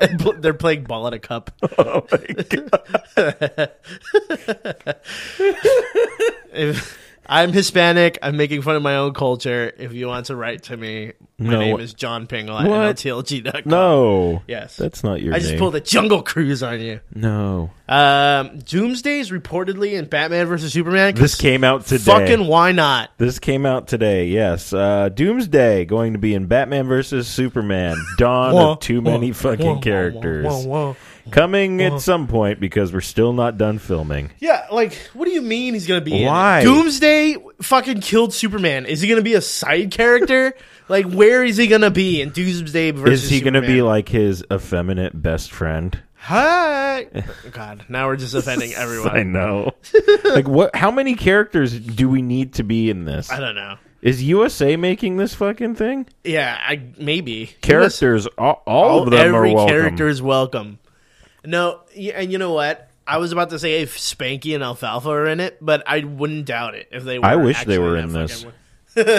[SPEAKER 2] And pl- They're playing ball in a cup.
[SPEAKER 3] Oh my God.
[SPEAKER 2] If I'm Hispanic, I'm making fun of my own culture. If you want to write to me, my
[SPEAKER 3] No,
[SPEAKER 2] name
[SPEAKER 3] wh-
[SPEAKER 2] is John Pingle
[SPEAKER 3] What?
[SPEAKER 2] at TLG.com.
[SPEAKER 3] No.
[SPEAKER 2] Yes.
[SPEAKER 3] That's not your
[SPEAKER 2] I just
[SPEAKER 3] name.
[SPEAKER 2] pulled a jungle cruise on you.
[SPEAKER 3] no.
[SPEAKER 2] Um, Doomsday is reportedly in Batman vs Superman. 'cause
[SPEAKER 3] This came out today.
[SPEAKER 2] fucking why not?
[SPEAKER 3] This came out today, yes. Uh, Doomsday going to be in Batman versus Superman. Dawn
[SPEAKER 2] Whoa,
[SPEAKER 3] of too many
[SPEAKER 2] whoa,
[SPEAKER 3] fucking
[SPEAKER 2] whoa, whoa,
[SPEAKER 3] characters.
[SPEAKER 2] whoa, whoa, whoa.
[SPEAKER 3] Coming at some point because we're still not done filming.
[SPEAKER 2] Yeah, like what do you mean he's gonna be? in it?
[SPEAKER 3] Why?
[SPEAKER 2] Doomsday fucking killed Superman. Is he gonna be a side character? like where is he gonna be in Doomsday versus?
[SPEAKER 3] Is he going
[SPEAKER 2] Superman?
[SPEAKER 3] to be like his effeminate best friend?
[SPEAKER 2] Hi. God, now we're just offending everyone.
[SPEAKER 3] I know. like what how many characters do we need to be in this?
[SPEAKER 2] I don't know.
[SPEAKER 3] Is USA making this fucking thing?
[SPEAKER 2] Yeah, I maybe
[SPEAKER 3] Characters all, all
[SPEAKER 2] All,
[SPEAKER 3] of them
[SPEAKER 2] every
[SPEAKER 3] are welcome.
[SPEAKER 2] character is welcome. No, y- and you know what? I was about to say if Spanky and Alfalfa are in it, but I wouldn't doubt it if they. were
[SPEAKER 3] I wish they
[SPEAKER 2] actually
[SPEAKER 3] were
[SPEAKER 2] that
[SPEAKER 3] in
[SPEAKER 2] fucking
[SPEAKER 3] this.
[SPEAKER 2] one.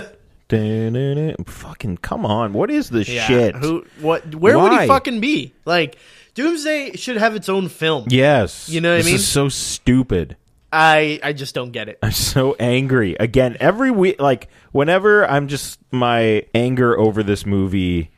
[SPEAKER 3] Dun-dun-dun. Fucking come on. What is this
[SPEAKER 2] Yeah,
[SPEAKER 3] shit?
[SPEAKER 2] Who? What? Where would
[SPEAKER 3] Why?
[SPEAKER 2] he fucking be? Like Doomsday should have its own film.
[SPEAKER 3] Yes.
[SPEAKER 2] You know what I
[SPEAKER 3] this
[SPEAKER 2] mean?
[SPEAKER 3] is so stupid.
[SPEAKER 2] I I just don't get it.
[SPEAKER 3] I'm so angry. Again, every week like whenever I'm just my anger over this movie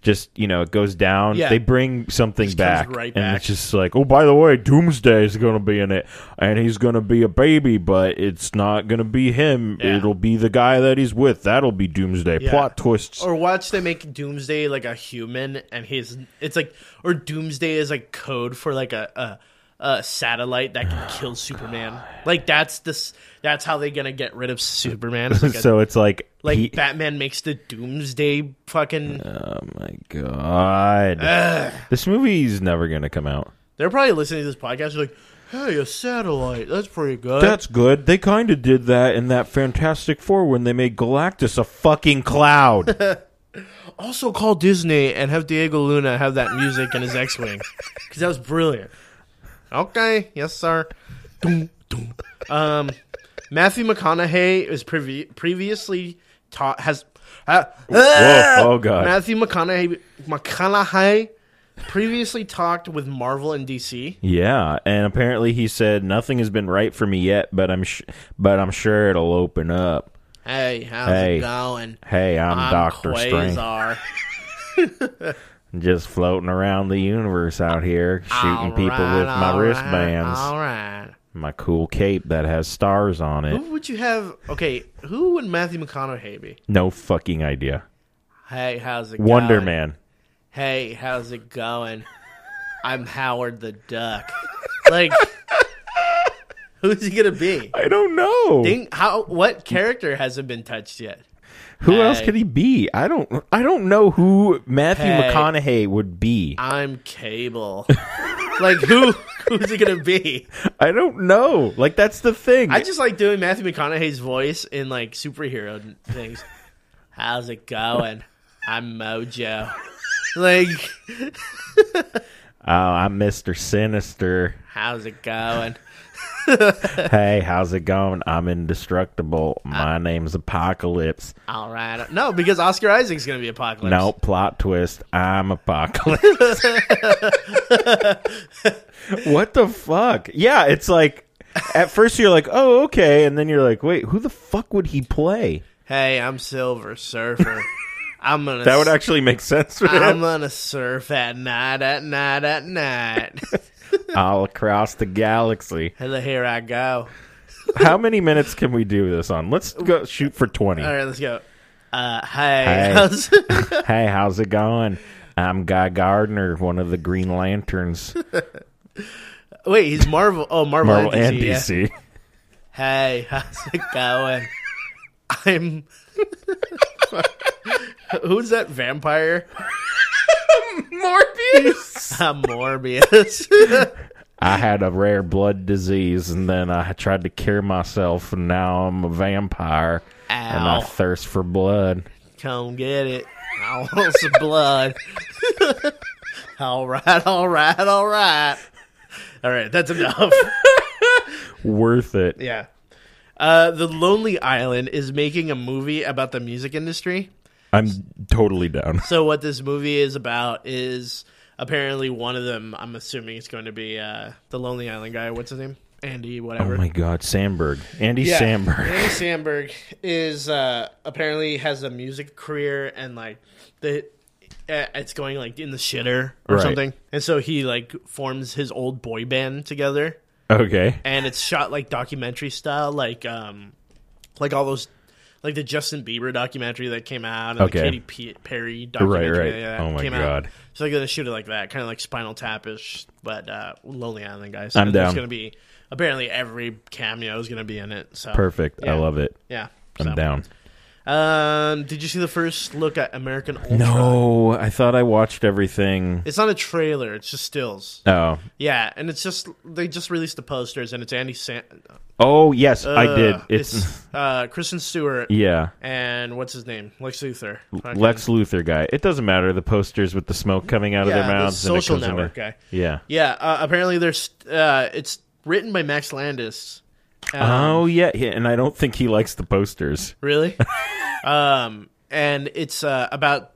[SPEAKER 3] just, you know, it goes down.
[SPEAKER 2] Yeah.
[SPEAKER 3] They bring something back.
[SPEAKER 2] right
[SPEAKER 3] and
[SPEAKER 2] back.
[SPEAKER 3] it's just like, oh by the way, Doomsday is gonna be in it and he's gonna be a baby, but it's not gonna be him.
[SPEAKER 2] Yeah.
[SPEAKER 3] It'll be the guy that he's with. That'll be Doomsday.
[SPEAKER 2] Yeah. Oh,
[SPEAKER 3] Plot twists.
[SPEAKER 2] Or watch they make Doomsday like a human, and he's it's like or Doomsday is like code for like a a, a satellite that can
[SPEAKER 3] Oh,
[SPEAKER 2] kill Superman. Like that's this that's how they're gonna get rid of Superman. It's like a-
[SPEAKER 3] so it's like
[SPEAKER 2] like
[SPEAKER 3] he-
[SPEAKER 2] Batman makes the Doomsday fucking.
[SPEAKER 3] Oh my god. This movie's never gonna come out.
[SPEAKER 2] They're probably listening to this podcast. They're like, hey, a satellite. That's pretty good.
[SPEAKER 3] That's good. They kind of did that in that Fantastic Four when they made Galactus a fucking cloud.
[SPEAKER 2] also call Disney and have Diego Luna have that music in his X Wing. Because that was brilliant. Okay, yes, sir. Dum, dum. Um, Matthew McConaughey was previ- previously taught has. Uh,
[SPEAKER 3] oh, God.
[SPEAKER 2] Matthew McConaughey, McConaughey previously talked with Marvel and DC.
[SPEAKER 3] yeah, and apparently he said nothing has been right for me yet, but I'm sh- but I'm sure it'll open up.
[SPEAKER 2] Hey, how's
[SPEAKER 3] Hey.
[SPEAKER 2] it going?
[SPEAKER 3] Hey, I'm, Doctor Strange,
[SPEAKER 2] Quasar.
[SPEAKER 3] just floating around the universe out here, shooting people
[SPEAKER 2] Alright,
[SPEAKER 3] with my
[SPEAKER 2] alright,
[SPEAKER 3] wristbands,
[SPEAKER 2] Alright.
[SPEAKER 3] my cool cape that has stars on it.
[SPEAKER 2] Who would you have? Okay, who would Matthew McConaughey be?
[SPEAKER 3] No fucking idea.
[SPEAKER 2] Hey, how's it
[SPEAKER 3] Wonder
[SPEAKER 2] going?
[SPEAKER 3] Man.
[SPEAKER 2] Hey, how's it going? I'm Howard the Duck. Like, who's he gonna be?
[SPEAKER 3] I don't know.
[SPEAKER 2] Think how what character hasn't been touched yet?
[SPEAKER 3] Who else
[SPEAKER 2] Hey.
[SPEAKER 3] could he be? I don't. I don't know who Matthew
[SPEAKER 2] Hey.
[SPEAKER 3] McConaughey would be.
[SPEAKER 2] I'm Cable. like who? Who's he gonna be?
[SPEAKER 3] I don't know. Like that's the thing.
[SPEAKER 2] I just like doing Matthew McConaughey's voice in like superhero things. How's it going? I'm Mojo. Like,
[SPEAKER 3] oh, I'm Mister Sinister.
[SPEAKER 2] how's it going?
[SPEAKER 3] hey, how's it going? I'm indestructible. My name's Apocalypse.
[SPEAKER 2] All right. No, because Oscar Isaac's gonna be Apocalypse.
[SPEAKER 3] No plot twist. I'm Apocalypse. what the fuck? Yeah, it's like at first you're like, oh, okay, and then you're like, wait, who the fuck would he play?
[SPEAKER 2] Hey, I'm Silver Surfer. I'm gonna.
[SPEAKER 3] That would actually make sense for
[SPEAKER 2] I'm
[SPEAKER 3] him.
[SPEAKER 2] gonna surf at night, at night, at night.
[SPEAKER 3] All across the galaxy.
[SPEAKER 2] Hello, here I go.
[SPEAKER 3] How many minutes can we do this on? Let's go shoot for 20.
[SPEAKER 2] All right, let's go. Uh, hey,
[SPEAKER 3] Hey.
[SPEAKER 2] how's-
[SPEAKER 3] Hey, how's it going? I'm Guy Gardner, one of the Green Lanterns,
[SPEAKER 2] wait, he's Marvel. Oh, Marvel,
[SPEAKER 3] Marvel and
[SPEAKER 2] yeah.
[SPEAKER 3] DC.
[SPEAKER 2] Hey, how's it going? I'm. Who's that vampire?
[SPEAKER 3] Morbius.
[SPEAKER 2] I'm Morbius.
[SPEAKER 3] I had a rare blood disease, and then I tried to cure myself, and now I'm a vampire, and
[SPEAKER 2] Ow.
[SPEAKER 3] I thirst for blood.
[SPEAKER 2] Come get it. I want some blood. all right, all right, all right. All right, that's enough.
[SPEAKER 3] Worth it.
[SPEAKER 2] yeah. Uh, the Lonely Island is making a movie about the music industry.
[SPEAKER 3] I'm totally down.
[SPEAKER 2] So what this movie is about is apparently one of them. I'm assuming it's going to be uh, the Lonely Island guy. What's his name? Andy, whatever.
[SPEAKER 3] Oh my God, Sandberg, Andy
[SPEAKER 2] Yeah.
[SPEAKER 3] Sandberg.
[SPEAKER 2] Andy Sandberg is uh, apparently has a music career and like the uh, it's going like in the shitter or
[SPEAKER 3] Right.
[SPEAKER 2] something. And so he like forms his old boy band together
[SPEAKER 3] Okay,
[SPEAKER 2] and it's shot like documentary style like um like all those like the Justin Bieber documentary that came out and
[SPEAKER 3] Okay.
[SPEAKER 2] the Katy P- Perry documentary
[SPEAKER 3] right.
[SPEAKER 2] that
[SPEAKER 3] Oh my
[SPEAKER 2] came
[SPEAKER 3] God.
[SPEAKER 2] out. So they're gonna shoot it like that, kind of like Spinal Tapish, but uh, Lonely Island guys.
[SPEAKER 3] I'm
[SPEAKER 2] And there's
[SPEAKER 3] down.
[SPEAKER 2] gonna be apparently every cameo is gonna be in it. So
[SPEAKER 3] perfect. I
[SPEAKER 2] Yeah.
[SPEAKER 3] love it.
[SPEAKER 2] yeah.
[SPEAKER 3] I'm
[SPEAKER 2] So.
[SPEAKER 3] down.
[SPEAKER 2] Um, did you see the first look at American Ultra?
[SPEAKER 3] No, I thought I watched everything.
[SPEAKER 2] It's not a trailer. It's just stills.
[SPEAKER 3] Oh,
[SPEAKER 2] Yeah, and it's just they just released the posters, and it's Andy. San-
[SPEAKER 3] oh yes,
[SPEAKER 2] uh,
[SPEAKER 3] I did.
[SPEAKER 2] It's,
[SPEAKER 3] It's,
[SPEAKER 2] uh, Kristen Stewart
[SPEAKER 3] yeah,
[SPEAKER 2] and what's his name, Lex Luthor. Fucking-
[SPEAKER 3] Lex Luthor guy. It doesn't matter. The posters with the smoke coming out
[SPEAKER 2] yeah,
[SPEAKER 3] of their
[SPEAKER 2] the
[SPEAKER 3] mouths.
[SPEAKER 2] social
[SPEAKER 3] and it comes in
[SPEAKER 2] network
[SPEAKER 3] there.
[SPEAKER 2] guy.
[SPEAKER 3] Yeah.
[SPEAKER 2] Yeah, uh, apparently there's uh, it's written by Max Landis. Um,
[SPEAKER 3] oh yeah, yeah, and I don't think he likes the posters.
[SPEAKER 2] Really? um, and it's uh, about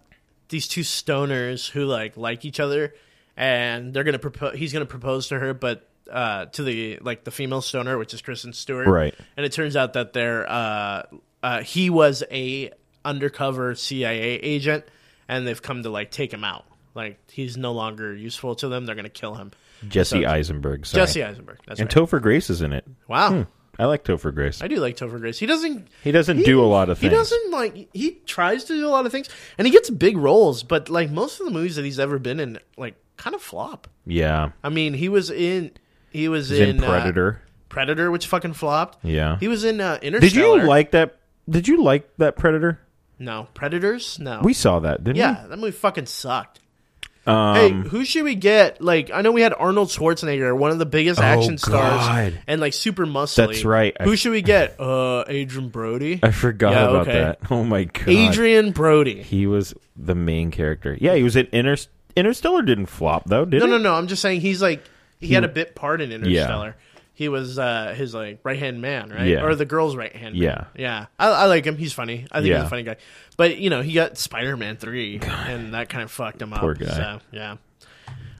[SPEAKER 2] these two stoners who like like each other, and they're gonna propose. He's gonna propose to her, but uh, to the like the female stoner, which is Kristen Stewart,
[SPEAKER 3] Right.
[SPEAKER 2] And it turns out that they're uh, uh, he was a undercover CIA agent, and they've come to like take him out. Like he's no longer useful to them. They're gonna kill him.
[SPEAKER 3] Jesse Eisenberg. Sorry.
[SPEAKER 2] Jesse Eisenberg. That's
[SPEAKER 3] and Hmm.
[SPEAKER 2] right.
[SPEAKER 3] Topher Grace is in it.
[SPEAKER 2] wow.
[SPEAKER 3] I like Topher Grace.
[SPEAKER 2] I do like Topher Grace. He doesn't
[SPEAKER 3] He doesn't do a lot of
[SPEAKER 2] he
[SPEAKER 3] things.
[SPEAKER 2] doesn't like he tries to do a lot of things and he gets big roles but like most of the movies that he's ever been in like kind of flop
[SPEAKER 3] Yeah,
[SPEAKER 2] i mean he was in he was
[SPEAKER 3] he's in
[SPEAKER 2] uh,
[SPEAKER 3] Predator.
[SPEAKER 2] predator which fucking flopped
[SPEAKER 3] yeah.
[SPEAKER 2] he was in uh,
[SPEAKER 3] Did you
[SPEAKER 2] interstellar
[SPEAKER 3] like that? Did you like that Predator?
[SPEAKER 2] no predators no
[SPEAKER 3] We saw that, didn't
[SPEAKER 2] yeah that movie fucking sucked
[SPEAKER 3] we? Um,
[SPEAKER 2] Hey, who should we get? Like, I know we had Arnold Schwarzenegger, one of the biggest action stars,
[SPEAKER 3] Oh, God.
[SPEAKER 2] and like super muscly.
[SPEAKER 3] That's right. I-
[SPEAKER 2] Who should we get? Uh, Adrian Brody.
[SPEAKER 3] I forgot
[SPEAKER 2] Yeah,
[SPEAKER 3] about
[SPEAKER 2] okay.
[SPEAKER 3] that. Oh my god.
[SPEAKER 2] Adrian Brody.
[SPEAKER 3] He was the main character. Yeah, he was in Inter- Interstellar. Didn't flop though, did
[SPEAKER 2] No,
[SPEAKER 3] it?
[SPEAKER 2] no, no. I'm just saying he's like he, had a bit part in Interstellar. He was uh, his like right hand man, right?
[SPEAKER 3] Yeah.
[SPEAKER 2] Or the girl's right hand.
[SPEAKER 3] Yeah.
[SPEAKER 2] yeah. I, I like him. He's funny. I think he's
[SPEAKER 3] Yeah.
[SPEAKER 2] a funny guy. But you know, he got Spider Man three, and that kind of fucked him
[SPEAKER 3] Poor
[SPEAKER 2] up.
[SPEAKER 3] guy.
[SPEAKER 2] So, yeah.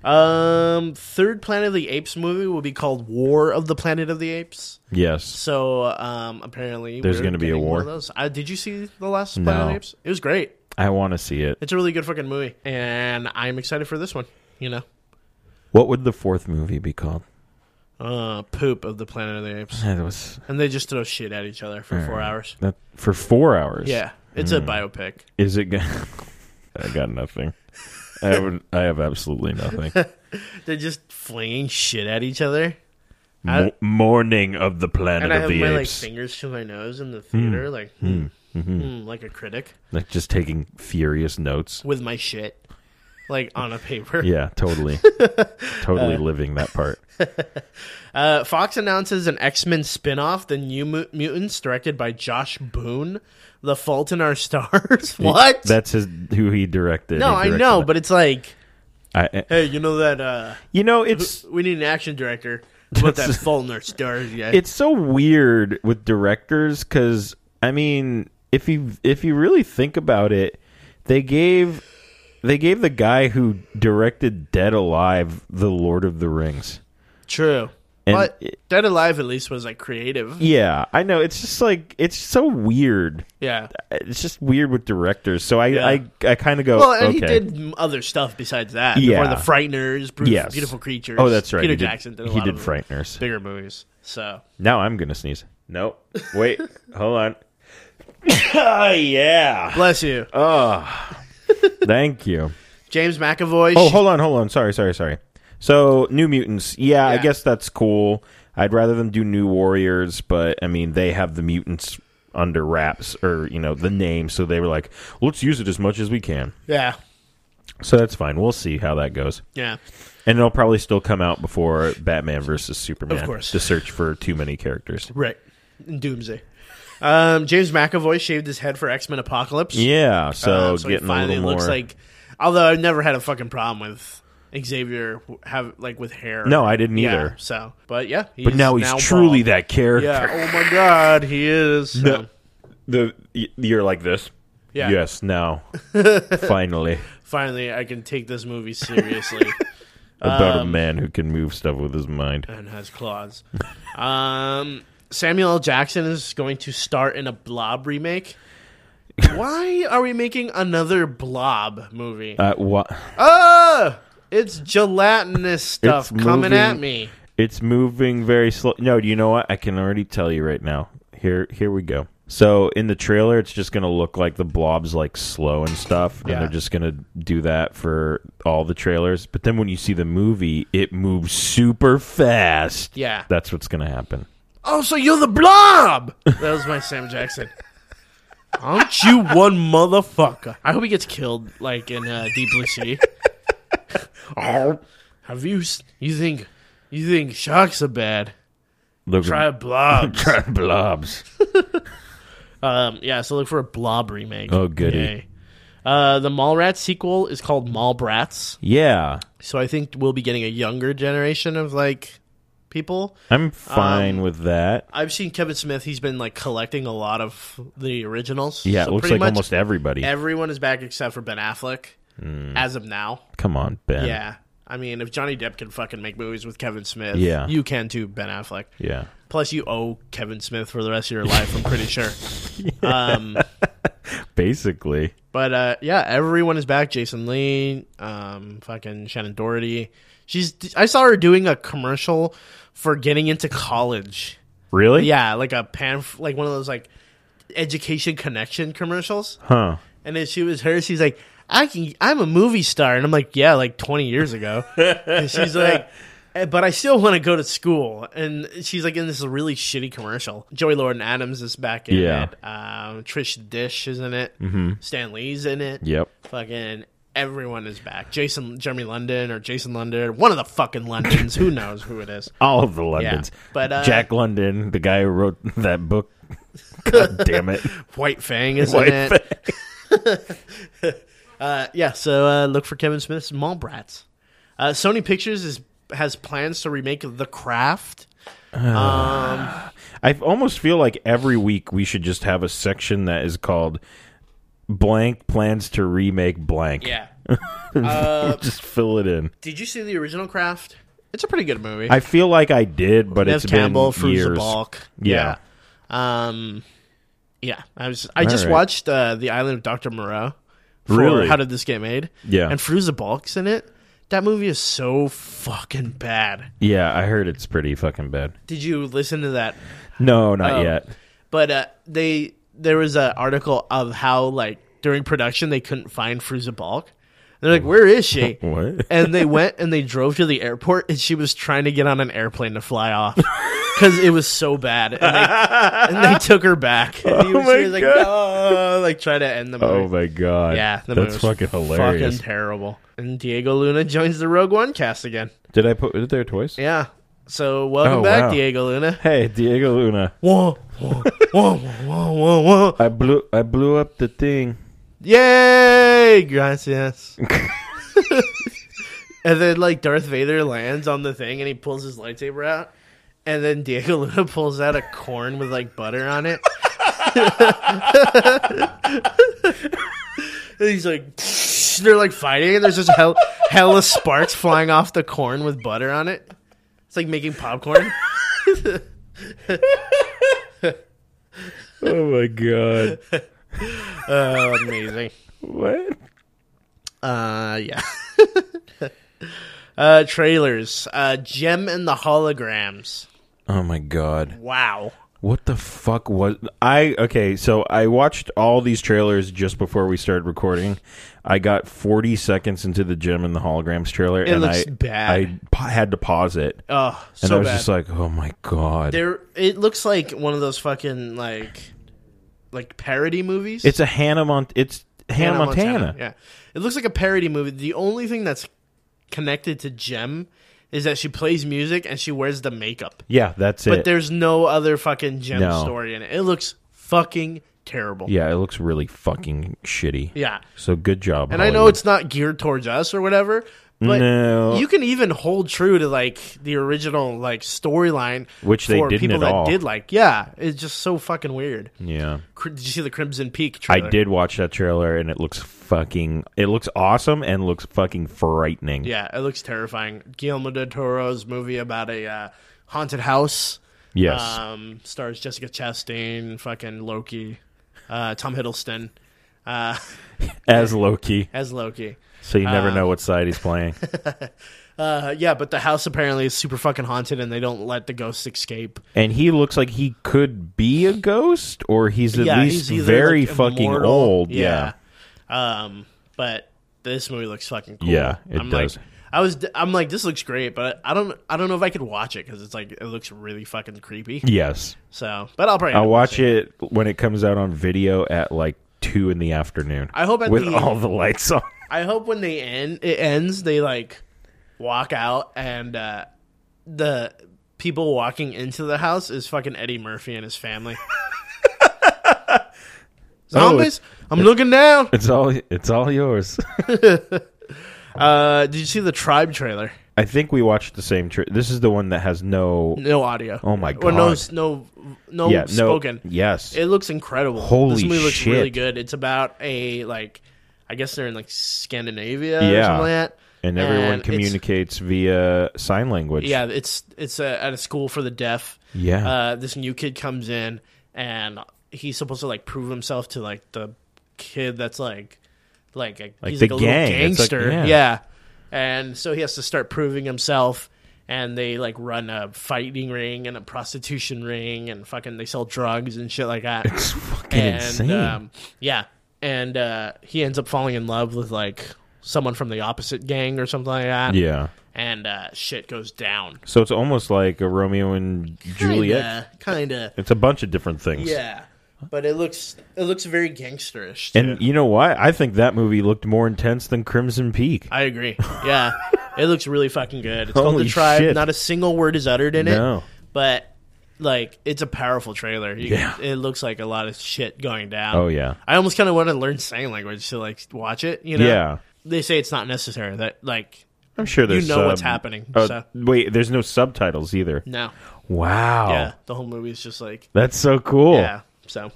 [SPEAKER 2] Um, third Planet of the Apes movie will be called War of the Planet of the Apes.
[SPEAKER 3] Yes.
[SPEAKER 2] So um, apparently
[SPEAKER 3] There's
[SPEAKER 2] we're
[SPEAKER 3] gonna be a
[SPEAKER 2] getting
[SPEAKER 3] war.
[SPEAKER 2] one of those. Uh, did you see the last Planet of
[SPEAKER 3] No.
[SPEAKER 2] the Apes? It was great.
[SPEAKER 3] I want to see it.
[SPEAKER 2] It's a really good fucking movie, and I'm excited for this one. You know.
[SPEAKER 3] What would the fourth movie be called?
[SPEAKER 2] uh, poop of the Planet of the Apes,
[SPEAKER 3] That was
[SPEAKER 2] and they just throw shit at each other for
[SPEAKER 3] Mm.
[SPEAKER 2] four hours.
[SPEAKER 3] that for four hours.
[SPEAKER 2] Yeah, it's
[SPEAKER 3] mm.
[SPEAKER 2] a biopic.
[SPEAKER 3] Is it? Gonna, I got nothing. I would. I have absolutely nothing.
[SPEAKER 2] They're just flinging shit at each other,
[SPEAKER 3] Mo- Morning of the Planet
[SPEAKER 2] and I
[SPEAKER 3] of
[SPEAKER 2] have
[SPEAKER 3] the
[SPEAKER 2] my like
[SPEAKER 3] Apes. Mm-hmm.
[SPEAKER 2] fingers to my nose in the theater, like hmm, hmm, like a critic
[SPEAKER 3] Like just taking furious notes.
[SPEAKER 2] with my shit, like on a paper.
[SPEAKER 3] Yeah, totally, totally living that part.
[SPEAKER 2] Uh, Fox announces an X Men spin off, The New Mu- Mutants, directed by Josh Boone. The Fault in Our Stars. what?
[SPEAKER 3] That's his who he directed.
[SPEAKER 2] no,
[SPEAKER 3] He
[SPEAKER 2] I
[SPEAKER 3] directed
[SPEAKER 2] know,
[SPEAKER 3] it.
[SPEAKER 2] but it's like,
[SPEAKER 3] I, I-
[SPEAKER 2] hey, you know that. uh
[SPEAKER 3] you know, it's
[SPEAKER 2] We need an action director. What that
[SPEAKER 3] That's-
[SPEAKER 2] Fault in Our Stars guy?
[SPEAKER 3] it's so weird with directors because I mean, if you if you really think about it, they gave they gave the guy who directed Dead Alive the Lord of the Rings.
[SPEAKER 2] True.
[SPEAKER 3] And
[SPEAKER 2] but
[SPEAKER 3] it-
[SPEAKER 2] Dead Alive at least was like creative.
[SPEAKER 3] Yeah, I know. It's just like it's so weird.
[SPEAKER 2] Yeah.
[SPEAKER 3] It's just weird with directors. So I
[SPEAKER 2] Yeah.
[SPEAKER 3] I, I kind of go.
[SPEAKER 2] Well, and
[SPEAKER 3] Oh, okay.
[SPEAKER 2] he did m- other stuff besides that.
[SPEAKER 3] Yeah.
[SPEAKER 2] Before the Frighteners, Bruce,
[SPEAKER 3] Yes.
[SPEAKER 2] Beautiful Creatures.
[SPEAKER 3] Oh, that's right.
[SPEAKER 2] Peter
[SPEAKER 3] he did,
[SPEAKER 2] Jackson did, a
[SPEAKER 3] he
[SPEAKER 2] lot
[SPEAKER 3] did
[SPEAKER 2] of
[SPEAKER 3] Frighteners.
[SPEAKER 2] bigger movies. So
[SPEAKER 3] Now I'm gonna sneeze. No, wait, hold on. oh, yeah.
[SPEAKER 2] bless you,
[SPEAKER 3] Uh, Thank you.
[SPEAKER 2] James McAvoy.
[SPEAKER 3] Oh,
[SPEAKER 2] sh-
[SPEAKER 3] hold on, hold on. Sorry, sorry, sorry. So, New Mutants. Yeah, I
[SPEAKER 2] Yeah.
[SPEAKER 3] guess that's cool. I'd rather them do New Warriors, but I mean, they have the mutants under wraps or, you know, the name, so they were like, let's use it as much as we can.
[SPEAKER 2] yeah.
[SPEAKER 3] So that's fine. We'll see how that goes.
[SPEAKER 2] Yeah.
[SPEAKER 3] And it'll probably still come out before Batman versus Superman.
[SPEAKER 2] Of course.
[SPEAKER 3] The search for too many characters.
[SPEAKER 2] Right. Doomsday. Um, James McAvoy shaved his head for X Men Apocalypse.
[SPEAKER 3] Yeah. So,
[SPEAKER 2] Uh, he
[SPEAKER 3] getting a little more.
[SPEAKER 2] looks like. Although I've never had a fucking problem with Xavier have like with hair.
[SPEAKER 3] no, I didn't
[SPEAKER 2] Yeah,
[SPEAKER 3] either.
[SPEAKER 2] So, but yeah, he's
[SPEAKER 3] But now he's truly
[SPEAKER 2] bald.
[SPEAKER 3] that character.
[SPEAKER 2] Yeah. Oh my god, he is. So,
[SPEAKER 3] The, the y- you're like this.
[SPEAKER 2] Yeah.
[SPEAKER 3] Yes. Now, finally,
[SPEAKER 2] Finally, I can take this movie seriously
[SPEAKER 3] about
[SPEAKER 2] Um,
[SPEAKER 3] a man who can move stuff with his mind.
[SPEAKER 2] and has claws. Um, Samuel L. Jackson is going to star in a Blob remake. Why are we making another Blob movie?
[SPEAKER 3] Uh, what?
[SPEAKER 2] Ah, it's gelatinous stuff
[SPEAKER 3] It's
[SPEAKER 2] coming at
[SPEAKER 3] moving-
[SPEAKER 2] me.
[SPEAKER 3] It's moving very slow. No, you know what? I can already tell you right now. Here, here we go. So in the trailer, it's just gonna look like the blobs like slow and stuff,
[SPEAKER 2] Yeah.
[SPEAKER 3] and they're just gonna do that for all the trailers. But then when you see the movie, it moves super fast.
[SPEAKER 2] Yeah.
[SPEAKER 3] that's what's gonna happen.
[SPEAKER 2] Oh, so you're the blob! That was my Sam Jackson. Aren't you one motherfucker? I hope he gets killed, like in uh, Deep Blue Sea. Have you? s- You think? You think sharks are bad?
[SPEAKER 3] Look,
[SPEAKER 2] Try a blob.
[SPEAKER 3] try blobs.
[SPEAKER 2] um, yeah. So look for a blob remake.
[SPEAKER 3] Oh, goody.
[SPEAKER 2] Yay. Uh, the Mallrats sequel is called Mallbrats,
[SPEAKER 3] Yeah,
[SPEAKER 2] so I think we'll be getting a younger generation of like people.
[SPEAKER 3] I'm
[SPEAKER 2] Um,
[SPEAKER 3] fine with that.
[SPEAKER 2] I've seen Kevin Smith; he's been like collecting a lot of the originals.
[SPEAKER 3] Yeah,
[SPEAKER 2] so
[SPEAKER 3] it looks
[SPEAKER 2] pretty
[SPEAKER 3] like
[SPEAKER 2] much
[SPEAKER 3] almost everybody.
[SPEAKER 2] Everyone is back except for Ben Affleck as of now.
[SPEAKER 3] Come on, Hmm. Ben.
[SPEAKER 2] Yeah. I mean, if Johnny Depp can fucking make movies with Kevin Smith,
[SPEAKER 3] Yeah.
[SPEAKER 2] you can too, Ben Affleck.
[SPEAKER 3] yeah.
[SPEAKER 2] Plus, you owe Kevin Smith for the rest of your life, I'm pretty sure. um,
[SPEAKER 3] Basically,
[SPEAKER 2] but uh, yeah, everyone is back. Jason Lee, um, fucking Shannon Doherty. She's. I saw her doing a commercial for getting into college.
[SPEAKER 3] really?
[SPEAKER 2] Yeah, like a pan, like one of those like education connection commercials.
[SPEAKER 3] Huh.
[SPEAKER 2] And then she was her. She's like, I can. I'm a movie star, and I'm like, yeah, like 20 years ago. and she's like, "Eh, but I still want to go to school. And she's like, in this really shitty commercial. Joey Lauren Adams is back in
[SPEAKER 3] Yeah.
[SPEAKER 2] it. Um, Trish Dish is in it. Mm-hmm. Stan Lee's in it.
[SPEAKER 3] Yep.
[SPEAKER 2] Fucking everyone is back. Jason, Jeremy London, or Jason London, one of the fucking Londons. who knows who it is?
[SPEAKER 3] All of the Londons.
[SPEAKER 2] But, uh,
[SPEAKER 3] Jack London, the guy who wrote that book. God damn it.
[SPEAKER 2] White Fang is
[SPEAKER 3] White
[SPEAKER 2] in it. uh, yeah, so uh, look for Kevin Smith's Mallrats. Uh, Sony Pictures is has plans to remake The Craft.
[SPEAKER 3] Uh,
[SPEAKER 2] Um,
[SPEAKER 3] I almost feel like every week we should just have a section that is called Blank Plans to Remake Blank.
[SPEAKER 2] Yeah.
[SPEAKER 3] just fill it in.
[SPEAKER 2] Did you see the original Craft? It's a pretty good movie.
[SPEAKER 3] I feel like I did, but
[SPEAKER 2] Nev
[SPEAKER 3] it's
[SPEAKER 2] Campbell,
[SPEAKER 3] been
[SPEAKER 2] Fruza
[SPEAKER 3] years.
[SPEAKER 2] Balk.
[SPEAKER 3] Yeah.
[SPEAKER 2] Yeah. Um, yeah. I was. I just
[SPEAKER 3] right.
[SPEAKER 2] watched uh, The Island of Dr. Moreau. For
[SPEAKER 3] Really?
[SPEAKER 2] How did this get made?
[SPEAKER 3] Yeah.
[SPEAKER 2] And Fruza Balk's in it. That movie is so fucking bad.
[SPEAKER 3] Yeah, I heard it's pretty fucking bad.
[SPEAKER 2] Did you listen to that
[SPEAKER 3] No,
[SPEAKER 2] Oh.
[SPEAKER 3] not yet.
[SPEAKER 2] But uh, they there was an article of how like during production they couldn't find Fruza Balk. They're like, "Where is she?"
[SPEAKER 3] What?
[SPEAKER 2] and they went and they drove to the airport, and she was trying to get on an airplane to fly off because it was so bad. And they, and they took her back. And he was,
[SPEAKER 3] my
[SPEAKER 2] she was like, "No," like try to end the movie.
[SPEAKER 3] Oh my god.
[SPEAKER 2] yeah, the movie
[SPEAKER 3] that's
[SPEAKER 2] was
[SPEAKER 3] fucking hilarious.
[SPEAKER 2] Fucking terrible. And Diego Luna joins the Rogue One cast again.
[SPEAKER 3] Did I put it there twice?
[SPEAKER 2] Yeah. So welcome
[SPEAKER 3] Oh,
[SPEAKER 2] back,
[SPEAKER 3] wow.
[SPEAKER 2] Diego Luna.
[SPEAKER 3] Hey, Diego Luna.
[SPEAKER 2] Whoa, whoa, whoa, whoa, whoa, whoa.
[SPEAKER 3] I blew I blew up the thing.
[SPEAKER 2] Yay! Gracias. and then, like, Darth Vader lands on the thing and he pulls his lightsaber out. And then Diego Luna pulls out a corn with, like, butter on it. and he's like, they're, like, fighting. And there's just hell, hella sparks flying off the corn with butter on it. It's like making popcorn.
[SPEAKER 3] Oh my god.
[SPEAKER 2] Oh, amazing.
[SPEAKER 3] What?
[SPEAKER 2] Uh, yeah. uh, trailers. Uh, Gem and the Holograms.
[SPEAKER 3] Oh my god.
[SPEAKER 2] Wow.
[SPEAKER 3] What the fuck was I okay, so I watched all these trailers just before we started recording. I got 40 seconds into the Gem and the Holograms trailer and
[SPEAKER 2] looks
[SPEAKER 3] I
[SPEAKER 2] bad.
[SPEAKER 3] I pa- had to pause it.
[SPEAKER 2] Oh,
[SPEAKER 3] and
[SPEAKER 2] so
[SPEAKER 3] I was
[SPEAKER 2] bad.
[SPEAKER 3] just like, "Oh my god."
[SPEAKER 2] there, it looks like one of those fucking like, like parody movies.
[SPEAKER 3] it's a Hannah Mont it's Hannah Montana.
[SPEAKER 2] Yeah, it looks like a parody movie. The only thing that's connected to Gem is that she plays music and she wears the makeup.
[SPEAKER 3] Yeah, that's
[SPEAKER 2] But
[SPEAKER 3] it.
[SPEAKER 2] there's no other fucking Gem
[SPEAKER 3] No.
[SPEAKER 2] story in it. It looks fucking terrible.
[SPEAKER 3] Yeah, it looks really fucking shitty.
[SPEAKER 2] Yeah.
[SPEAKER 3] So good job.
[SPEAKER 2] And I know it's not geared towards us or whatever, but
[SPEAKER 3] No.
[SPEAKER 2] you can even hold true to like the original like storyline,
[SPEAKER 3] Which they
[SPEAKER 2] for
[SPEAKER 3] didn't
[SPEAKER 2] people
[SPEAKER 3] at
[SPEAKER 2] that
[SPEAKER 3] all.
[SPEAKER 2] did like. Yeah, it's just so fucking weird.
[SPEAKER 3] Yeah.
[SPEAKER 2] Cri- Did you see the Crimson Peak
[SPEAKER 3] I
[SPEAKER 2] trailer?
[SPEAKER 3] did watch that trailer and it looks fucking it looks awesome and looks fucking frightening.
[SPEAKER 2] Yeah, it looks terrifying. Guillermo del Toro's movie about a uh, haunted house.
[SPEAKER 3] Yes.
[SPEAKER 2] Um, stars Jessica Chastain, fucking Loki, uh, Tom Hiddleston uh,
[SPEAKER 3] As Loki.
[SPEAKER 2] as Loki.
[SPEAKER 3] So you never know what side he's playing.
[SPEAKER 2] Uh, yeah, but the house apparently is super fucking haunted, and they don't let the ghosts escape.
[SPEAKER 3] and he looks like he could be a ghost or he's at
[SPEAKER 2] yeah,
[SPEAKER 3] least
[SPEAKER 2] he's either,
[SPEAKER 3] very
[SPEAKER 2] like,
[SPEAKER 3] fucking
[SPEAKER 2] immortal.
[SPEAKER 3] old. Yeah.
[SPEAKER 2] Um, but this movie looks fucking cool.
[SPEAKER 3] Yeah, it
[SPEAKER 2] I'm
[SPEAKER 3] does.
[SPEAKER 2] Like, I was, I'm like, this looks great, but I don't, I don't know if I could watch it because it's like it looks really fucking creepy.
[SPEAKER 3] Yes.
[SPEAKER 2] So, but I'll probably
[SPEAKER 3] I'll watch it when it comes out on video at like two in the afternoon.
[SPEAKER 2] I hope at
[SPEAKER 3] with
[SPEAKER 2] the-
[SPEAKER 3] all the lights on.
[SPEAKER 2] I hope when they end, it ends. They like walk out, and uh, the people walking into the house is fucking Eddie Murphy and his family.
[SPEAKER 3] Oh,
[SPEAKER 2] Zombies, I'm looking down.
[SPEAKER 3] It's all it's all yours.
[SPEAKER 2] Uh, did you see the Tribe trailer?
[SPEAKER 3] I think we watched the same. Tra- this is the one that has no.
[SPEAKER 2] No audio.
[SPEAKER 3] Oh my
[SPEAKER 2] Or no,
[SPEAKER 3] God.
[SPEAKER 2] s- no, no
[SPEAKER 3] yeah,
[SPEAKER 2] spoken.
[SPEAKER 3] no. Yes,
[SPEAKER 2] It looks incredible.
[SPEAKER 3] Holy
[SPEAKER 2] this movie looks
[SPEAKER 3] shit.
[SPEAKER 2] really good. It's about a like, I guess they're in like Scandinavia or
[SPEAKER 3] Yeah.
[SPEAKER 2] something like that.
[SPEAKER 3] and everyone
[SPEAKER 2] and it's-
[SPEAKER 3] communicates via sign language.
[SPEAKER 2] Yeah, it's it's uh at a school for the deaf.
[SPEAKER 3] Yeah.
[SPEAKER 2] uh, this new kid comes in and he's supposed to like prove himself to like the kid that's like like, a, he's
[SPEAKER 3] the
[SPEAKER 2] like a
[SPEAKER 3] gang.
[SPEAKER 2] little
[SPEAKER 3] It's like-
[SPEAKER 2] gangster.
[SPEAKER 3] yeah.
[SPEAKER 2] yeah. and so he has to start proving himself. And they like run a fighting ring and a prostitution ring and fucking they sell drugs and shit like that.
[SPEAKER 3] it's fucking
[SPEAKER 2] and
[SPEAKER 3] insane.
[SPEAKER 2] um yeah, and uh, he ends up falling in love with like someone from the opposite gang or something like that
[SPEAKER 3] yeah,
[SPEAKER 2] and uh, shit goes down.
[SPEAKER 3] so it's almost like a Romeo and Juliet.
[SPEAKER 2] kind of,
[SPEAKER 3] It's a bunch of different things.
[SPEAKER 2] yeah. But it looks it looks very gangsterish. Too.
[SPEAKER 3] and you know what? I think that movie looked more intense than Crimson Peak.
[SPEAKER 2] I agree. Yeah, it looks really fucking good. It's called
[SPEAKER 3] Holy
[SPEAKER 2] the tribe.
[SPEAKER 3] shit.
[SPEAKER 2] Not a single word is uttered in
[SPEAKER 3] No.
[SPEAKER 2] it. But like, it's a powerful trailer. You,
[SPEAKER 3] Yeah.
[SPEAKER 2] it looks like a lot of shit going down.
[SPEAKER 3] oh yeah,
[SPEAKER 2] I almost kind of want to learn sign language to like watch it. You know,
[SPEAKER 3] Yeah.
[SPEAKER 2] They say it's not necessary. That like,
[SPEAKER 3] I'm sure there's.
[SPEAKER 2] know what's
[SPEAKER 3] some-
[SPEAKER 2] happening,
[SPEAKER 3] Oh,
[SPEAKER 2] so.
[SPEAKER 3] Wait, there's no subtitles either.
[SPEAKER 2] no,
[SPEAKER 3] Wow,
[SPEAKER 2] yeah, the whole movie is just like
[SPEAKER 3] that's so Oh. cool.
[SPEAKER 2] Yeah. So,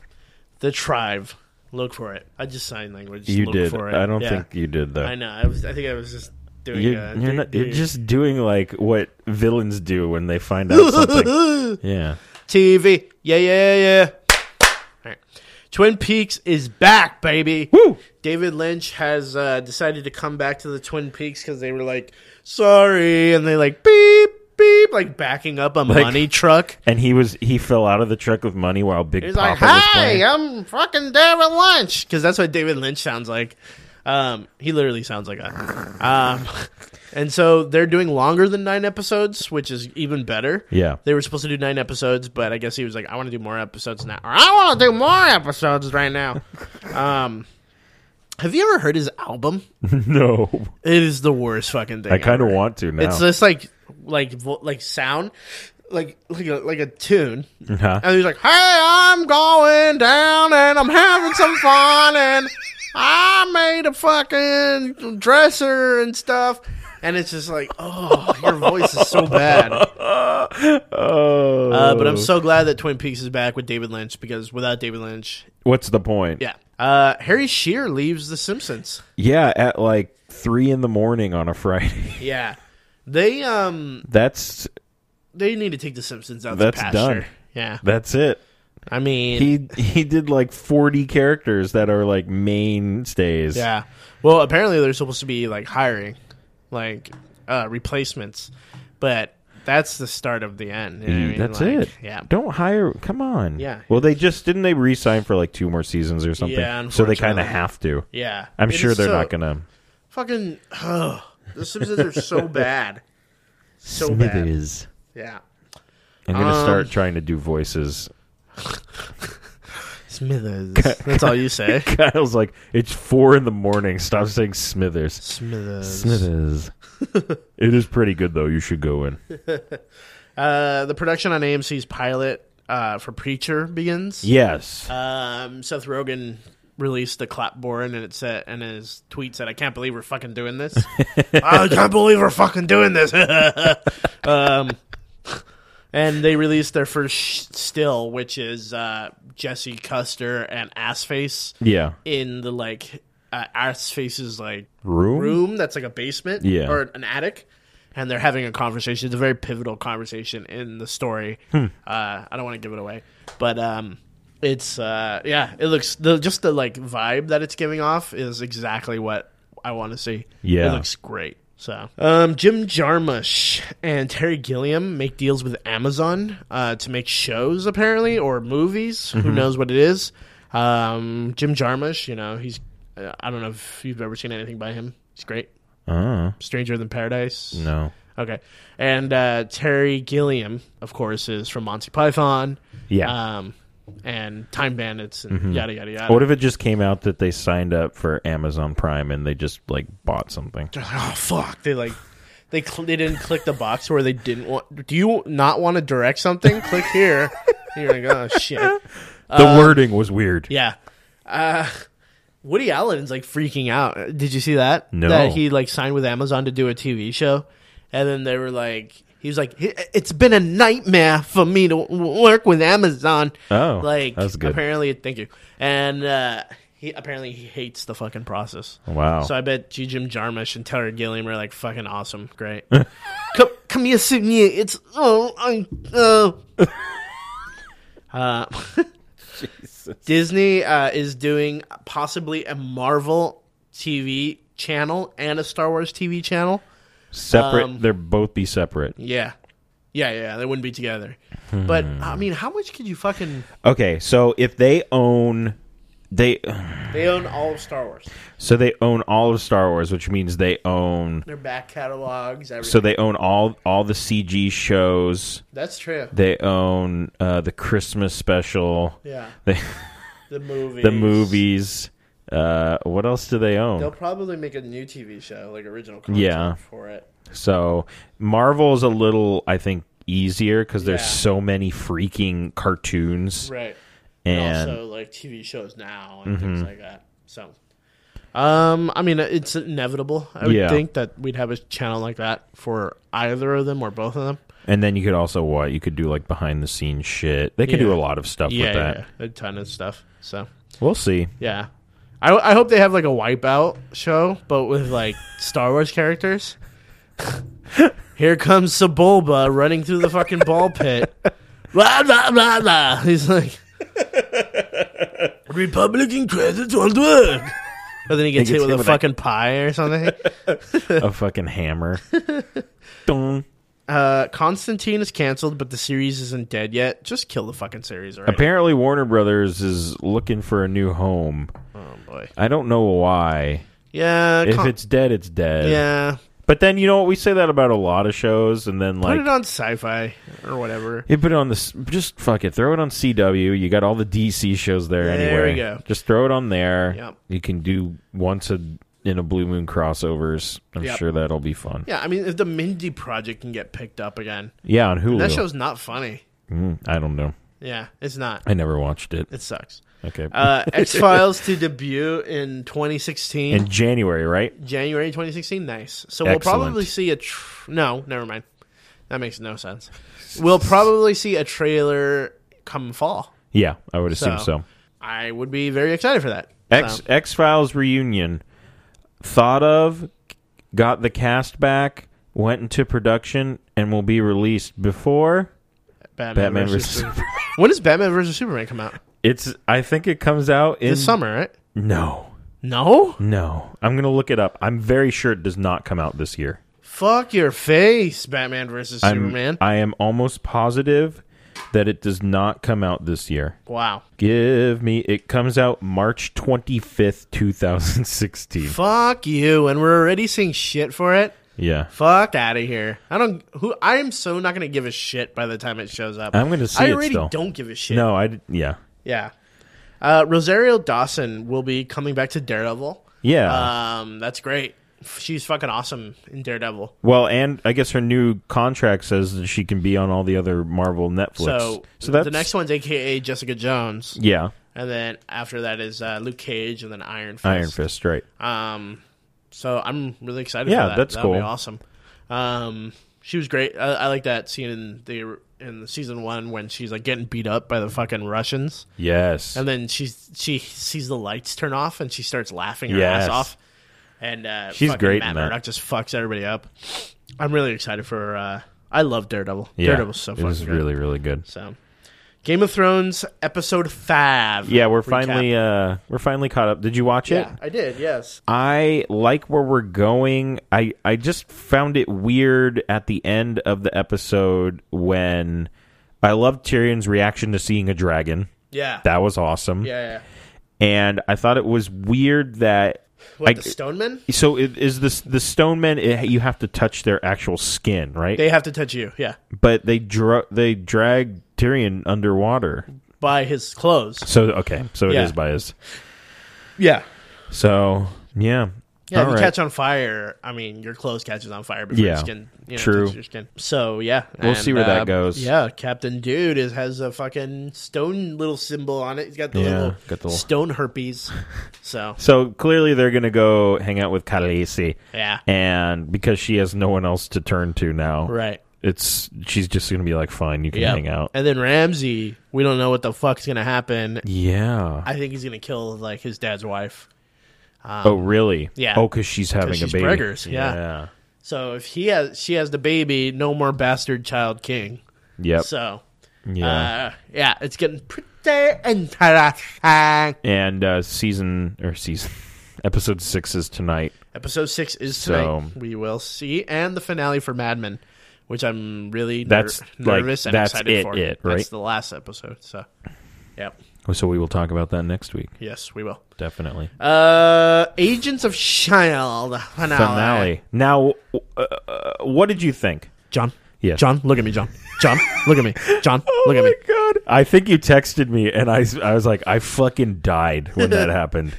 [SPEAKER 2] the tribe. Look for it. I just sign language.
[SPEAKER 3] You
[SPEAKER 2] Look
[SPEAKER 3] did.
[SPEAKER 2] For it.
[SPEAKER 3] I don't
[SPEAKER 2] Yeah.
[SPEAKER 3] think you did though.
[SPEAKER 2] I know. I was. I think I was just doing.
[SPEAKER 3] You're,
[SPEAKER 2] uh,
[SPEAKER 3] you're,
[SPEAKER 2] do-
[SPEAKER 3] not, you're
[SPEAKER 2] do-
[SPEAKER 3] just doing like what villains do when they find out something. Yeah.
[SPEAKER 2] TV. Yeah, yeah, yeah. All right. Twin Peaks is back, baby.
[SPEAKER 3] Woo!
[SPEAKER 2] David Lynch has uh, decided to come back to the Twin Peaks because they were like, sorry, and they like beep beep, like backing up a money truck.
[SPEAKER 3] And he was he fell out of the truck with money while Big
[SPEAKER 2] He's
[SPEAKER 3] Papa
[SPEAKER 2] like,
[SPEAKER 3] was
[SPEAKER 2] "Hey,
[SPEAKER 3] playing.
[SPEAKER 2] I'm fucking David Lynch," because that's what David Lynch sounds like. Um, he literally sounds like that. Um, and so they're doing longer than nine episodes, which is even better.
[SPEAKER 3] Yeah.
[SPEAKER 2] they were supposed to do nine episodes, but I guess he was like, "I want to do more episodes now," or "I want to do more episodes right now." um, have you ever heard his album?
[SPEAKER 3] No,
[SPEAKER 2] It is the worst fucking thing.
[SPEAKER 3] I kind
[SPEAKER 2] ever.
[SPEAKER 3] of want to now.
[SPEAKER 2] It's just like like vo- like sound, like like a, like a tune.
[SPEAKER 3] Huh?
[SPEAKER 2] And he's like, "Hey, I'm going down and I'm having some fun and I made a fucking dresser and stuff." And it's just like, "Oh, your voice is so bad." Uh,
[SPEAKER 3] oh,
[SPEAKER 2] but I'm so glad that Twin Peaks is back with David Lynch because without David Lynch,
[SPEAKER 3] what's the point?
[SPEAKER 2] yeah. Uh, Harry Shearer leaves The Simpsons.
[SPEAKER 3] Yeah, at like three in the morning on a Friday.
[SPEAKER 2] Yeah. They um
[SPEAKER 3] That's
[SPEAKER 2] they need to take The Simpsons out
[SPEAKER 3] That's
[SPEAKER 2] the pasture.
[SPEAKER 3] done.
[SPEAKER 2] Yeah.
[SPEAKER 3] that's it.
[SPEAKER 2] I mean,
[SPEAKER 3] He he did like forty characters that are like mainstays.
[SPEAKER 2] Yeah. Well, apparently they're supposed to be like hiring, like uh, replacements, but that's the start of the end. you know what I mean?
[SPEAKER 3] That's
[SPEAKER 2] Like,
[SPEAKER 3] it.
[SPEAKER 2] Yeah.
[SPEAKER 3] Don't hire. Come on.
[SPEAKER 2] Yeah.
[SPEAKER 3] Well, they just didn't they re-sign for like two more seasons or something.
[SPEAKER 2] Yeah,
[SPEAKER 3] So they kind
[SPEAKER 2] unfortunately.
[SPEAKER 3] of have to.
[SPEAKER 2] Yeah.
[SPEAKER 3] I'm
[SPEAKER 2] It
[SPEAKER 3] sure
[SPEAKER 2] is
[SPEAKER 3] they're
[SPEAKER 2] so-
[SPEAKER 3] not gonna.
[SPEAKER 2] Fucking. ugh. the Simpsons are so bad. So bad.
[SPEAKER 3] Smithers.
[SPEAKER 2] Yeah. Um,
[SPEAKER 3] I'm gonna start trying to do voices.
[SPEAKER 2] Smithers. That's all you say.
[SPEAKER 3] Kyle's like, it's four in the morning. Stop saying Smithers.
[SPEAKER 2] Smithers.
[SPEAKER 3] Smithers. it is pretty good though. You should go in.
[SPEAKER 2] Uh, the production on AMC's pilot uh, for Preacher begins.
[SPEAKER 3] Yes.
[SPEAKER 2] Um, Seth Rogen released the clapboard and it said, and his tweet said, "I can't believe we're fucking doing this. I can't believe we're fucking doing this." um, and they released their first sh- still, which is uh, Jesse Custer and Assface
[SPEAKER 3] yeah.
[SPEAKER 2] in the like uh, Assface's like
[SPEAKER 3] Room.
[SPEAKER 2] room that's like a basement
[SPEAKER 3] Yeah.
[SPEAKER 2] or an attic and they're having a conversation it's a very pivotal conversation in the story uh, i don't want to give it away but um, it's uh, yeah it looks the, just the like vibe that it's giving off is exactly what i want to see
[SPEAKER 3] Yeah.
[SPEAKER 2] it looks great so um, jim jarmusch and terry gilliam make deals with amazon uh, to make shows apparently or movies
[SPEAKER 3] Mm-hmm.
[SPEAKER 2] who knows what it is um, jim jarmusch you know he's uh, i don't know if you've ever seen anything by him he's great
[SPEAKER 3] Uh,
[SPEAKER 2] Stranger Than Paradise.
[SPEAKER 3] no.
[SPEAKER 2] Okay. And uh, Terry Gilliam, of course, is from Monty Python.
[SPEAKER 3] Yeah. Mm-hmm.
[SPEAKER 2] Um, and Time Bandits and yada yada yada.
[SPEAKER 3] what if it just came out that they signed up for Amazon Prime and they just like bought something?
[SPEAKER 2] They're like, oh fuck! They like they cl- they didn't click the box where they didn't want. Do you not want to direct something? click here. And you're like, oh shit.
[SPEAKER 3] The wording was weird.
[SPEAKER 2] Um, Yeah. Uh, Woody Allen's like freaking out. Did you see that?
[SPEAKER 3] No.
[SPEAKER 2] That he like signed with Amazon to do a TV show, and then they were like, he was like, "It- it's been a nightmare for me to w- work with Amazon.
[SPEAKER 3] Oh,
[SPEAKER 2] like
[SPEAKER 3] that's good.
[SPEAKER 2] Apparently, thank you. And uh, he apparently he hates the fucking process.
[SPEAKER 3] Wow.
[SPEAKER 2] So I bet G. Jim Jarmusch and Terry Gilliam are like fucking awesome, great. come, come here, sit me. It's oh, I oh. uh, Disney uh, is doing possibly a Marvel TV channel and a Star Wars TV channel.
[SPEAKER 3] separate.
[SPEAKER 2] um,
[SPEAKER 3] they're both be separate.
[SPEAKER 2] Yeah, yeah, yeah. They wouldn't be together. But
[SPEAKER 3] Hmm.
[SPEAKER 2] I mean, how much could you fucking?
[SPEAKER 3] Okay, so if they own they
[SPEAKER 2] They own all of Star Wars.
[SPEAKER 3] so they own all of Star Wars, which means they own
[SPEAKER 2] Their back catalogs. Everything.
[SPEAKER 3] so they own all all the CG shows.
[SPEAKER 2] That's true.
[SPEAKER 3] They own uh, the Christmas special,
[SPEAKER 2] Yeah,
[SPEAKER 3] they,
[SPEAKER 2] the movie.
[SPEAKER 3] the movies. Uh, what else do they own?
[SPEAKER 2] They'll probably make a new TV show, like original content
[SPEAKER 3] Yeah.
[SPEAKER 2] for it.
[SPEAKER 3] So Marvel's a little, I think, easier because there's
[SPEAKER 2] Yeah.
[SPEAKER 3] so many freaking cartoons
[SPEAKER 2] Right.
[SPEAKER 3] and Mm-hmm.
[SPEAKER 2] also like TV shows now and things like that. So, um, I mean, it's inevitable. I would
[SPEAKER 3] Yeah.
[SPEAKER 2] think that we'd have a channel like that for either of them or both of them.
[SPEAKER 3] and then you could also what you could do like behind the scenes shit. They could
[SPEAKER 2] Yeah.
[SPEAKER 3] do a lot of stuff
[SPEAKER 2] yeah,
[SPEAKER 3] with that.
[SPEAKER 2] yeah, a ton of stuff. So,
[SPEAKER 3] We'll see.
[SPEAKER 2] yeah, I I hope they have like a Wipeout show, but with like Star Wars characters. Here comes Sebulba running through the fucking ball pit. blah blah blah blah. He's like. Republican credits won't work. But then he gets,
[SPEAKER 3] He gets
[SPEAKER 2] hit with
[SPEAKER 3] hit
[SPEAKER 2] a
[SPEAKER 3] with a-
[SPEAKER 2] fucking pie or something.
[SPEAKER 3] a fucking hammer. Dong.
[SPEAKER 2] Uh, Constantine is canceled, but the series isn't dead yet. Just kill the fucking series already.
[SPEAKER 3] Apparently, Warner Brothers is looking for a new home.
[SPEAKER 2] oh boy.
[SPEAKER 3] I don't know why.
[SPEAKER 2] Yeah.
[SPEAKER 3] If
[SPEAKER 2] Con-
[SPEAKER 3] it's dead, it's dead.
[SPEAKER 2] yeah.
[SPEAKER 3] But then you know what we say that about a lot of shows, and then
[SPEAKER 2] Put
[SPEAKER 3] like
[SPEAKER 2] it on sci-fi or whatever.
[SPEAKER 3] you put it on this, just fuck it, throw it on CW. You got all the DC shows there
[SPEAKER 2] There
[SPEAKER 3] anyway.
[SPEAKER 2] we go.
[SPEAKER 3] Just throw it on there.
[SPEAKER 2] Yep.
[SPEAKER 3] You can do once a in a blue moon crossovers. I'm
[SPEAKER 2] Yep.
[SPEAKER 3] sure that'll be fun.
[SPEAKER 2] Yeah, I mean, if the Mindy Project can get picked up again,
[SPEAKER 3] Yeah, on Hulu.
[SPEAKER 2] that show's not funny.
[SPEAKER 3] Mm, I don't know.
[SPEAKER 2] Yeah, it's not.
[SPEAKER 3] I never watched it.
[SPEAKER 2] It sucks.
[SPEAKER 3] Okay.
[SPEAKER 2] Uh, X Files to debut in 2016,
[SPEAKER 3] in January, right?
[SPEAKER 2] January 2016. Nice. So we'll
[SPEAKER 3] Excellent.
[SPEAKER 2] probably see a. Tr- no, never mind. That makes no sense. We'll probably see a trailer come fall.
[SPEAKER 3] Yeah, I would assume
[SPEAKER 2] So-
[SPEAKER 3] so.
[SPEAKER 2] I would be very excited for that.
[SPEAKER 3] X
[SPEAKER 2] So,
[SPEAKER 3] X Files reunion. Thought of, got the cast back, went into production, and will be released before
[SPEAKER 2] Batman,
[SPEAKER 3] Batman
[SPEAKER 2] versus.
[SPEAKER 3] versus.
[SPEAKER 2] Superman. when does Batman versus Superman come out?
[SPEAKER 3] it's. I think it comes out in
[SPEAKER 2] This summer, right?
[SPEAKER 3] No,
[SPEAKER 2] No.
[SPEAKER 3] no. I'm gonna look it up. I'm very sure it does not come out this year.
[SPEAKER 2] Fuck your face, Batman versus
[SPEAKER 3] I'm-
[SPEAKER 2] Superman.
[SPEAKER 3] I am almost positive that it does not come out this year.
[SPEAKER 2] wow.
[SPEAKER 3] Give me. It comes out March 25th, 2016.
[SPEAKER 2] Fuck you, and we're already seeing shit for it.
[SPEAKER 3] Yeah.
[SPEAKER 2] Fuck out of here. I don't. Who? I am so not gonna give a shit by the time it shows up.
[SPEAKER 3] I'm gonna see
[SPEAKER 2] I
[SPEAKER 3] it
[SPEAKER 2] already
[SPEAKER 3] still.
[SPEAKER 2] don't give a shit.
[SPEAKER 3] No, I. d- Yeah.
[SPEAKER 2] Yeah. Uh, Rosario Dawson will be coming back to Daredevil.
[SPEAKER 3] Yeah.
[SPEAKER 2] Um, that's great. She's fucking awesome in Daredevil.
[SPEAKER 3] well, and I guess her new contract says that she can be on all the other Marvel Netflix.
[SPEAKER 2] So,
[SPEAKER 3] so that's
[SPEAKER 2] the next one's AKA Jessica Jones,
[SPEAKER 3] Yeah,
[SPEAKER 2] and then after that is uh, Luke Cage, and then Iron Fist.
[SPEAKER 3] Iron Fist, right?
[SPEAKER 2] Um, so I'm really excited.
[SPEAKER 3] Yeah,
[SPEAKER 2] for that.
[SPEAKER 3] that's
[SPEAKER 2] That'll Be
[SPEAKER 3] cool.
[SPEAKER 2] awesome. Um, she was great. I, I like that scene in the in the season one when she's like getting beat up by the fucking Russians,
[SPEAKER 3] Yes.
[SPEAKER 2] and then she she sees the lights turn off and she starts laughing her
[SPEAKER 3] Yes.
[SPEAKER 2] ass off. And uh,
[SPEAKER 3] She's
[SPEAKER 2] fucking
[SPEAKER 3] great
[SPEAKER 2] Matt
[SPEAKER 3] in that.
[SPEAKER 2] Murdock just fucks everybody up. I'm really excited for. Uh, I love Daredevil.
[SPEAKER 3] yeah.
[SPEAKER 2] Daredevil's so
[SPEAKER 3] It
[SPEAKER 2] fucking
[SPEAKER 3] was
[SPEAKER 2] good.
[SPEAKER 3] really, really good.
[SPEAKER 2] So, Game of Thrones episode five.
[SPEAKER 3] Yeah, we're
[SPEAKER 2] Recap.
[SPEAKER 3] finally uh we're finally caught up. Did you watch it?
[SPEAKER 2] Yeah, I did. Yes.
[SPEAKER 3] I like where we're going. I I just found it weird at the end of the episode when I loved Tyrion's reaction to seeing a dragon.
[SPEAKER 2] Yeah.
[SPEAKER 3] That was awesome.
[SPEAKER 2] yeah. Yeah.
[SPEAKER 3] And I thought it was weird that
[SPEAKER 2] What,
[SPEAKER 3] I-
[SPEAKER 2] the Stonemen?
[SPEAKER 3] so it, is this the stone men it, you have to touch their actual skin, right?
[SPEAKER 2] They have to touch you, yeah,
[SPEAKER 3] but they dra- they drag Tyrion underwater.
[SPEAKER 2] by his clothes.
[SPEAKER 3] So okay, so it
[SPEAKER 2] Yeah.
[SPEAKER 3] is biased.
[SPEAKER 2] Yeah,
[SPEAKER 3] So yeah,
[SPEAKER 2] yeah. if you
[SPEAKER 3] Alright.
[SPEAKER 2] catch on fire, I mean, your clothes catches on fire before your
[SPEAKER 3] Yeah.
[SPEAKER 2] skin. You know,
[SPEAKER 3] True.
[SPEAKER 2] touches Your skin. So yeah, uh,
[SPEAKER 3] We'll see where that goes.
[SPEAKER 2] Yeah, Captain Dude is has a fucking stone little symbol on it. He's got the
[SPEAKER 3] Yeah,
[SPEAKER 2] little
[SPEAKER 3] got the little-
[SPEAKER 2] stone herpes. so
[SPEAKER 3] So clearly they're gonna go hang out with Khaleesi,
[SPEAKER 2] yeah,
[SPEAKER 3] and because she has no one else to turn to now,
[SPEAKER 2] right.
[SPEAKER 3] It's she's just gonna be like, fine, you can
[SPEAKER 2] Yeah,
[SPEAKER 3] hang out.
[SPEAKER 2] And then Ramsey, we don't know what the fuck's gonna happen.
[SPEAKER 3] yeah.
[SPEAKER 2] I think he's gonna kill like his dad's wife.
[SPEAKER 3] oh really?
[SPEAKER 2] Um, yeah.
[SPEAKER 3] Oh, because she's having
[SPEAKER 2] she's
[SPEAKER 3] a baby.
[SPEAKER 2] preggers, yeah.
[SPEAKER 3] Yeah.
[SPEAKER 2] So if he has, she has the baby. No more bastard child king.
[SPEAKER 3] Yep.
[SPEAKER 2] So
[SPEAKER 3] yeah.
[SPEAKER 2] Uh, yeah, it's getting pretty interesting.
[SPEAKER 3] and uh, season or season episode six is tonight.
[SPEAKER 2] Episode six is tonight.
[SPEAKER 3] So-
[SPEAKER 2] we will see, and the finale for Mad Men, which I'm really ner-
[SPEAKER 3] That's, like,
[SPEAKER 2] nervous and
[SPEAKER 3] that's
[SPEAKER 2] excited
[SPEAKER 3] it,
[SPEAKER 2] for.
[SPEAKER 3] it, right?
[SPEAKER 2] That's the last episode. So, yep,
[SPEAKER 3] So we will talk about that next week,
[SPEAKER 2] yes, we will.
[SPEAKER 3] definitely.
[SPEAKER 2] Uh, Agents of Shield E finale.
[SPEAKER 3] Finale. Now, uh, uh, what did you think?
[SPEAKER 2] John.
[SPEAKER 3] Yes.
[SPEAKER 2] John, look at me, John. John, look at me. John, look at me.
[SPEAKER 3] god! I think you texted me, and I, I was like, I fucking died when that happened.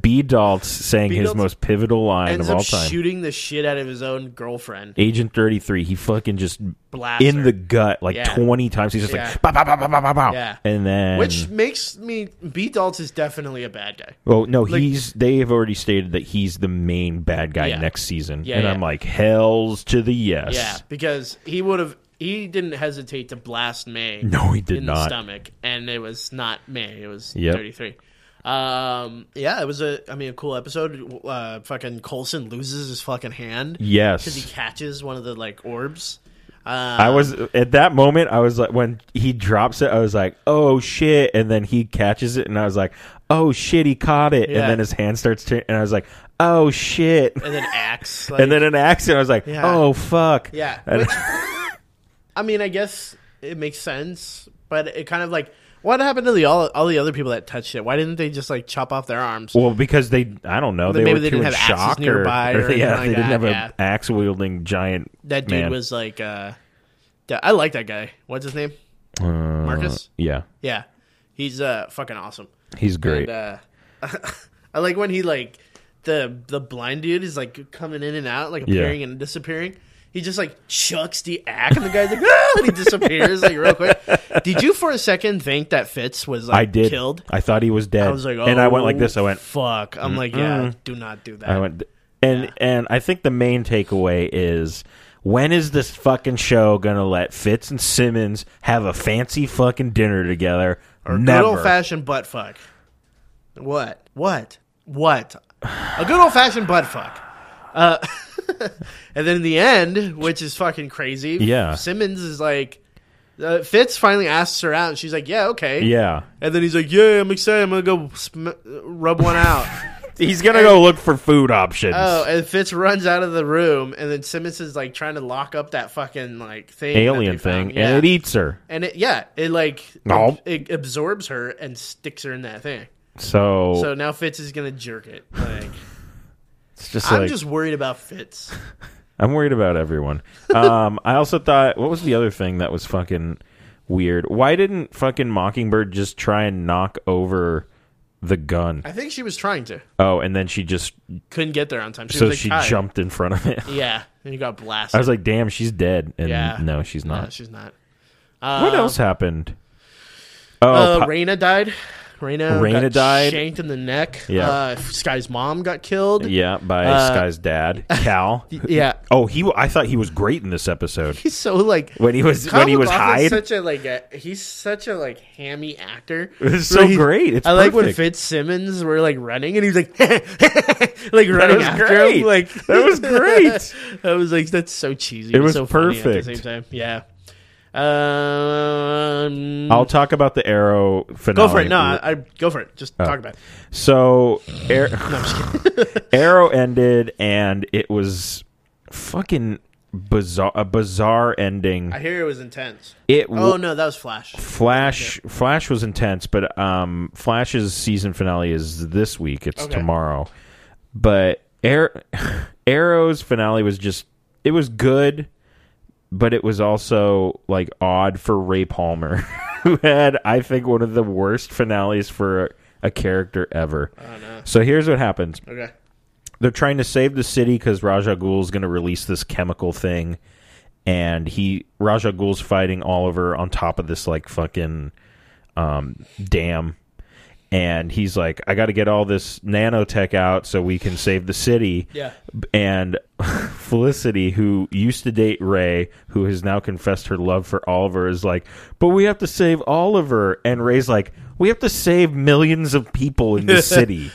[SPEAKER 3] B. Dalt saying his
[SPEAKER 2] Daltz
[SPEAKER 3] most pivotal line
[SPEAKER 2] Ends
[SPEAKER 3] of
[SPEAKER 2] up
[SPEAKER 3] all time.
[SPEAKER 2] shooting the shit out of his own girlfriend.
[SPEAKER 3] Agent Thirty Three. He fucking just
[SPEAKER 2] Blaster.
[SPEAKER 3] in the gut like
[SPEAKER 2] Yeah.
[SPEAKER 3] twenty times. He's just
[SPEAKER 2] Yeah.
[SPEAKER 3] like, bow, bow, bow, bow, bow, bow, bow.
[SPEAKER 2] Yeah.
[SPEAKER 3] and then
[SPEAKER 2] which makes me. B. Dalt is definitely a bad guy.
[SPEAKER 3] Well, no,
[SPEAKER 2] Like-
[SPEAKER 3] he's. They have already stated that he's the main bad guy
[SPEAKER 2] Yeah.
[SPEAKER 3] next season,
[SPEAKER 2] Yeah,
[SPEAKER 3] and
[SPEAKER 2] yeah.
[SPEAKER 3] I'm like, hell's to the yes.
[SPEAKER 2] Yeah, because he would have. He didn't hesitate to blast May.
[SPEAKER 3] No, he did
[SPEAKER 2] in The
[SPEAKER 3] not.
[SPEAKER 2] stomach, and it was not May. It was
[SPEAKER 3] Yep.
[SPEAKER 2] thirty-three. Um, yeah, it was a. I mean, a cool episode. Uh, fucking Colson loses his fucking hand because he
[SPEAKER 3] Yes,
[SPEAKER 2] catches one of the like orbs. Uh,
[SPEAKER 3] I was at that moment. I was like, when he drops it, I was like, oh shit, and then he catches it, and I was like, oh shit, he caught it,
[SPEAKER 2] Yeah.
[SPEAKER 3] and then his hand starts turning, and I was like, oh shit,
[SPEAKER 2] and then axe. Like,
[SPEAKER 3] and then an accident. I was like,
[SPEAKER 2] Yeah.
[SPEAKER 3] oh fuck,
[SPEAKER 2] yeah,
[SPEAKER 3] And-
[SPEAKER 2] which, I mean, I guess it makes sense, but it kind of like what happened to the all all the other people that touched it? Why didn't they just like chop off their arms?
[SPEAKER 3] Well, because they, I don't know, they
[SPEAKER 2] maybe
[SPEAKER 3] were
[SPEAKER 2] they
[SPEAKER 3] too
[SPEAKER 2] didn't
[SPEAKER 3] in
[SPEAKER 2] have axes
[SPEAKER 3] shock or-
[SPEAKER 2] nearby or
[SPEAKER 3] yeah,
[SPEAKER 2] anything
[SPEAKER 3] they
[SPEAKER 2] like
[SPEAKER 3] didn't
[SPEAKER 2] that,
[SPEAKER 3] have
[SPEAKER 2] yeah.
[SPEAKER 3] an axe wielding giant.
[SPEAKER 2] That dude
[SPEAKER 3] man.
[SPEAKER 2] was like, uh, da- I like that guy. What's his name?
[SPEAKER 3] Uh,
[SPEAKER 2] Marcus.
[SPEAKER 3] yeah,
[SPEAKER 2] Yeah, he's uh fucking awesome.
[SPEAKER 3] he's great.
[SPEAKER 2] And, uh, I like when he like the the blind dude is like coming in and out, like
[SPEAKER 3] Yeah.
[SPEAKER 2] appearing and disappearing. He just like chucks the axe, and the guy's like, ah! and he disappears like real quick. Did you for a second think that Fitz was like
[SPEAKER 3] I did.
[SPEAKER 2] killed?
[SPEAKER 3] I thought he was dead.
[SPEAKER 2] I was like, oh,
[SPEAKER 3] and I went like this. I went.
[SPEAKER 2] fuck. I'm like, yeah, do not do that.
[SPEAKER 3] I went. And and I think the main takeaway is when is this fucking show gonna let Fitz and Simmons have a fancy fucking dinner together?
[SPEAKER 2] Good
[SPEAKER 3] Never.
[SPEAKER 2] old fashioned butt fuck. What? What? What? A good old fashioned butt fuck. Uh, and then in the end, which is fucking crazy.
[SPEAKER 3] Yeah.
[SPEAKER 2] Simmons is like, uh, Fitz finally asks her out, and she's like, "Yeah, okay."
[SPEAKER 3] yeah.
[SPEAKER 2] And then he's like, "Yeah, I'm excited. I'm gonna go sm- rub one out."
[SPEAKER 3] He's gonna go look for food options.
[SPEAKER 2] oh, and Fitz runs out of the room, and then Simmons is like trying to lock up that fucking like thing, that
[SPEAKER 3] Alien
[SPEAKER 2] they found.
[SPEAKER 3] thing,
[SPEAKER 2] Yeah.
[SPEAKER 3] and it e- eats her.
[SPEAKER 2] and it yeah, it like
[SPEAKER 3] No.
[SPEAKER 2] it absorbs her and sticks her in that thing.
[SPEAKER 3] So,
[SPEAKER 2] So now Fitz is gonna jerk it. Like
[SPEAKER 3] it's just
[SPEAKER 2] I'm
[SPEAKER 3] like
[SPEAKER 2] just worried about Fitz.
[SPEAKER 3] I'm worried about everyone. Um, I also thought, what was the other thing that was fucking weird. Why didn't fucking Mockingbird just try and knock over the gun?
[SPEAKER 2] I think she was trying to.
[SPEAKER 3] Oh, and then she just
[SPEAKER 2] Couldn't get there on time. She
[SPEAKER 3] so
[SPEAKER 2] was like,
[SPEAKER 3] she
[SPEAKER 2] "Hi."
[SPEAKER 3] jumped in front of it.
[SPEAKER 2] Yeah, and you got blasted.
[SPEAKER 3] I was like, "Damn, she's dead." And
[SPEAKER 2] Yeah.
[SPEAKER 3] no, she's
[SPEAKER 2] No,
[SPEAKER 3] not.
[SPEAKER 2] she's not. Um,
[SPEAKER 3] what else happened? Oh,
[SPEAKER 2] Uh,
[SPEAKER 3] Pa-
[SPEAKER 2] Raina died. Raina,
[SPEAKER 3] Raina
[SPEAKER 2] got
[SPEAKER 3] died.
[SPEAKER 2] Shanked in the neck.
[SPEAKER 3] Yeah.
[SPEAKER 2] Uh, Sky's mom got killed.
[SPEAKER 3] yeah, by
[SPEAKER 2] uh,
[SPEAKER 3] Sky's dad, Cal.
[SPEAKER 2] Yeah.
[SPEAKER 3] Oh, he. I thought he was great in this episode
[SPEAKER 2] He's so like.
[SPEAKER 3] when he was
[SPEAKER 2] Kyle
[SPEAKER 3] when he was
[SPEAKER 2] MacLachlan's
[SPEAKER 3] hide.
[SPEAKER 2] Such a like. A, he's such a like hammy actor.
[SPEAKER 3] It's
[SPEAKER 2] Where
[SPEAKER 3] so
[SPEAKER 2] he-
[SPEAKER 3] great. It's
[SPEAKER 2] I like when
[SPEAKER 3] perfect.
[SPEAKER 2] Fitzsimmons were like running and he's like like running
[SPEAKER 3] was
[SPEAKER 2] after
[SPEAKER 3] great.
[SPEAKER 2] him. Like
[SPEAKER 3] That was great.
[SPEAKER 2] I was like, that's so cheesy.
[SPEAKER 3] It
[SPEAKER 2] but
[SPEAKER 3] was
[SPEAKER 2] so funny at the
[SPEAKER 3] perfect.
[SPEAKER 2] same time. Yeah. Um,
[SPEAKER 3] I'll talk about the Arrow
[SPEAKER 2] go
[SPEAKER 3] finale.
[SPEAKER 2] for it. No, I, I go for it.
[SPEAKER 3] Oh.
[SPEAKER 2] Just talk about it.
[SPEAKER 3] So Ar- Arrow ended, and it was fucking bizarre. A bizarre ending.
[SPEAKER 2] I hear it was intense.
[SPEAKER 3] it
[SPEAKER 2] Oh
[SPEAKER 3] wa-
[SPEAKER 2] no, that was Flash.
[SPEAKER 3] Flash Flash was intense, but um, Flash's season finale is this week. It's
[SPEAKER 2] Okay.
[SPEAKER 3] tomorrow. But Air, Arrow's finale was just it was good, but it was also like odd for Ray Palmer, who had I think one of the worst finales for a character ever.
[SPEAKER 2] Oh no.
[SPEAKER 3] So here's what happens
[SPEAKER 2] Okay.
[SPEAKER 3] they're trying to save the city because Raja Ghul's going to release this chemical thing, and he Raja Ghul's fighting Oliver on top of this like fucking um, dam, and he's like, I got to get all this nanotech out so we can save the city.
[SPEAKER 2] Yeah.
[SPEAKER 3] And Felicity, who used to date Ray, who has now confessed her love for Oliver, is like, but we have to save Oliver. And Ray's like, we have to save millions of people in the city.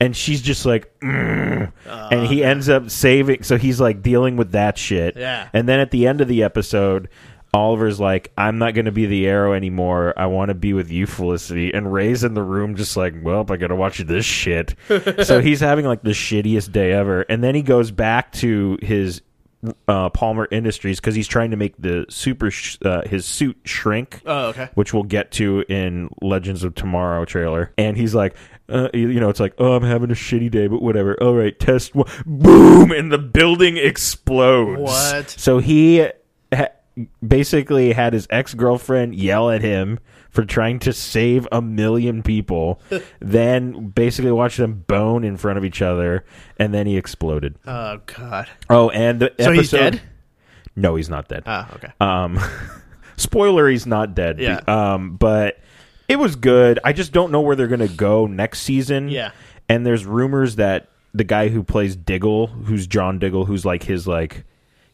[SPEAKER 3] and she's just like, "Mm." and
[SPEAKER 2] Oh,
[SPEAKER 3] he ends up saving. So he's like dealing with that shit.
[SPEAKER 2] Yeah.
[SPEAKER 3] And then at the end of the episode, Oliver's like, I'm not going to be the arrow anymore. I want to be with you, Felicity. And Ray's in the room, just like, well, I got to watch this shit. so he's having like the shittiest day ever. And then he goes back to his uh, Palmer Industries because he's trying to make the super sh- uh, his suit shrink
[SPEAKER 2] Oh okay.
[SPEAKER 3] which we'll get to in Legends of Tomorrow trailer. And he's like, uh, you you know, it's like, oh, I'm having a shitty day, but whatever. All right, test one. Boom! And the building explodes.
[SPEAKER 2] What?
[SPEAKER 3] So he ha- basically had his ex girlfriend yell at him for trying to save a million people, then basically watch them bone in front of each other, and then he exploded.
[SPEAKER 2] Oh god.
[SPEAKER 3] Oh, and the
[SPEAKER 2] So
[SPEAKER 3] episode.
[SPEAKER 2] he's dead?
[SPEAKER 3] No, he's not dead.
[SPEAKER 2] Oh okay.
[SPEAKER 3] Um, spoiler, he's not dead.
[SPEAKER 2] Yeah.
[SPEAKER 3] Um, but it was good. I just don't know where they're gonna go next season.
[SPEAKER 2] Yeah.
[SPEAKER 3] And there's rumors that the guy who plays Diggle, who's John Diggle, who's like his like.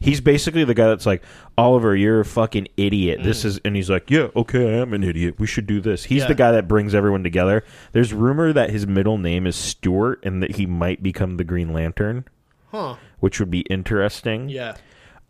[SPEAKER 3] He's basically the guy that's like, Oliver, you're a fucking idiot. This is, and he's like, yeah, okay, I am an idiot. We should do this. He's
[SPEAKER 2] Mm. Yeah.
[SPEAKER 3] the guy that brings everyone together. There's rumor that his middle name is Stuart and that he might become the Green Lantern,
[SPEAKER 2] Huh.
[SPEAKER 3] which would be interesting.
[SPEAKER 2] Yeah.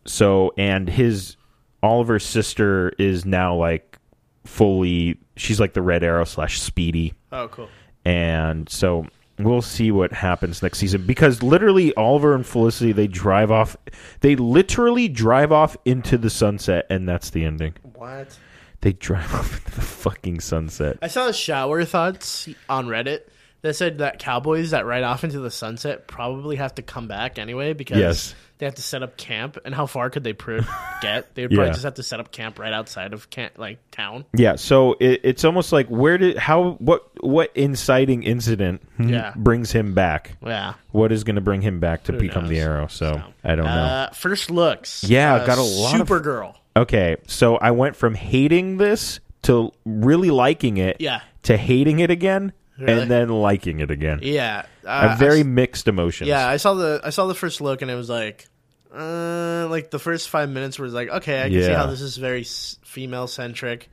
[SPEAKER 3] So and his Oliver's sister is now like fully she's like the red arrow slash speedy.
[SPEAKER 2] Oh cool.
[SPEAKER 3] And so we'll see what happens next season because literally Oliver and Felicity they drive off they literally drive off into the sunset and that's the ending.
[SPEAKER 2] What?
[SPEAKER 3] They drive off into the fucking sunset.
[SPEAKER 2] I saw shower thoughts on Reddit that said that cowboys that ride off into the sunset probably have to come back anyway because
[SPEAKER 3] Yes.
[SPEAKER 2] they have to set up camp. And how far could they pr- get? They would
[SPEAKER 3] Yeah.
[SPEAKER 2] probably just have to set up camp right outside of camp, like town.
[SPEAKER 3] Yeah, so it, it's almost like where did how what what inciting incident
[SPEAKER 2] Yeah.
[SPEAKER 3] brings him back?
[SPEAKER 2] Yeah.
[SPEAKER 3] What is going to bring him back to become the
[SPEAKER 2] knows?
[SPEAKER 3] arrow? So, I don't know.
[SPEAKER 2] Uh, first looks.
[SPEAKER 3] Yeah,
[SPEAKER 2] uh,
[SPEAKER 3] got a lot of-
[SPEAKER 2] Supergirl.
[SPEAKER 3] Okay, so I went from hating this to really liking it,
[SPEAKER 2] Yeah.
[SPEAKER 3] to hating it again,
[SPEAKER 2] Really?
[SPEAKER 3] and then liking it again.
[SPEAKER 2] Yeah.
[SPEAKER 3] I
[SPEAKER 2] Uh,
[SPEAKER 3] have very mixed emotions.
[SPEAKER 2] Yeah, I saw the I saw the first look and it was like, uh, like the first five minutes was like, okay, I can see
[SPEAKER 3] Yeah.
[SPEAKER 2] how this is very female centric,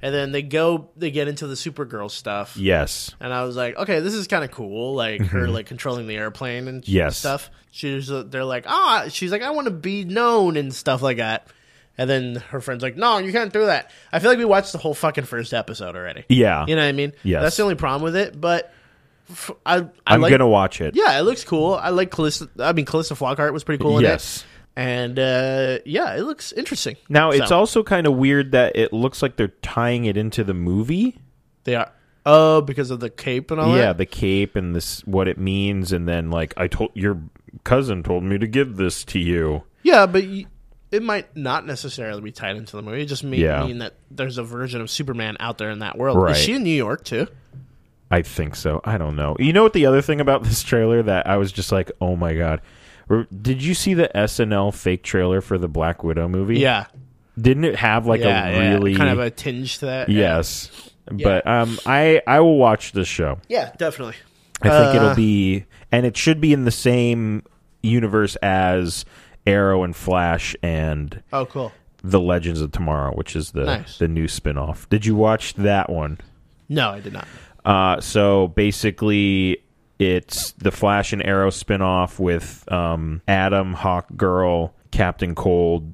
[SPEAKER 2] and then they go they get into the Supergirl stuff,
[SPEAKER 3] Yes.
[SPEAKER 2] and I was like, okay, this is kind of cool, like her like controlling the airplane and
[SPEAKER 3] Mm-hmm. Yes.
[SPEAKER 2] stuff. She's uh, they're like, ah, she's like, I want to be known and stuff like that. And then her friend's like, "No, you can't do that." I feel like we watched the whole fucking first episode already.
[SPEAKER 3] Yeah.
[SPEAKER 2] you know what I mean.
[SPEAKER 3] Yes.
[SPEAKER 2] that's the only problem with it. But f- I, I
[SPEAKER 3] I'm
[SPEAKER 2] like
[SPEAKER 3] gonna watch it.
[SPEAKER 2] yeah, it looks cool. I like Calista. I mean, Calista Flockhart was pretty cool in
[SPEAKER 3] Yes.
[SPEAKER 2] it. And uh, yeah, it looks interesting.
[SPEAKER 3] Now it's
[SPEAKER 2] So,
[SPEAKER 3] also kind of weird that it looks like they're tying it into the movie.
[SPEAKER 2] they are. Oh, because of the cape and all
[SPEAKER 3] Yeah,
[SPEAKER 2] that.
[SPEAKER 3] the cape and this what it means, and then like I told your cousin told me to give this to you.
[SPEAKER 2] Yeah, but you, it might not necessarily be tied into the movie. It just may
[SPEAKER 3] Yeah.
[SPEAKER 2] mean that there's a version of Superman out there in that world.
[SPEAKER 3] Right.
[SPEAKER 2] Is she in New York too?
[SPEAKER 3] I think so. I don't know. You know what the other thing about this trailer that I was just like, oh my god. Re- Did you see the SNL fake trailer for the Black Widow movie?
[SPEAKER 2] Yeah,
[SPEAKER 3] Didn't it have like
[SPEAKER 2] yeah,
[SPEAKER 3] a
[SPEAKER 2] yeah.
[SPEAKER 3] really
[SPEAKER 2] kind of a tinge to that.
[SPEAKER 3] yes? But um, I I will watch this show.
[SPEAKER 2] yeah, definitely.
[SPEAKER 3] I think
[SPEAKER 2] Uh.
[SPEAKER 3] it'll be, and it should be in the same universe as Arrow and Flash and
[SPEAKER 2] Oh, cool.
[SPEAKER 3] the Legends of Tomorrow, which is the
[SPEAKER 2] Nice.
[SPEAKER 3] the new spinoff. Did you watch that one?
[SPEAKER 2] No, I did not.
[SPEAKER 3] Uh, so basically, it's the Flash and Arrow spinoff with um, Adam, Hawk Girl, Captain Cold,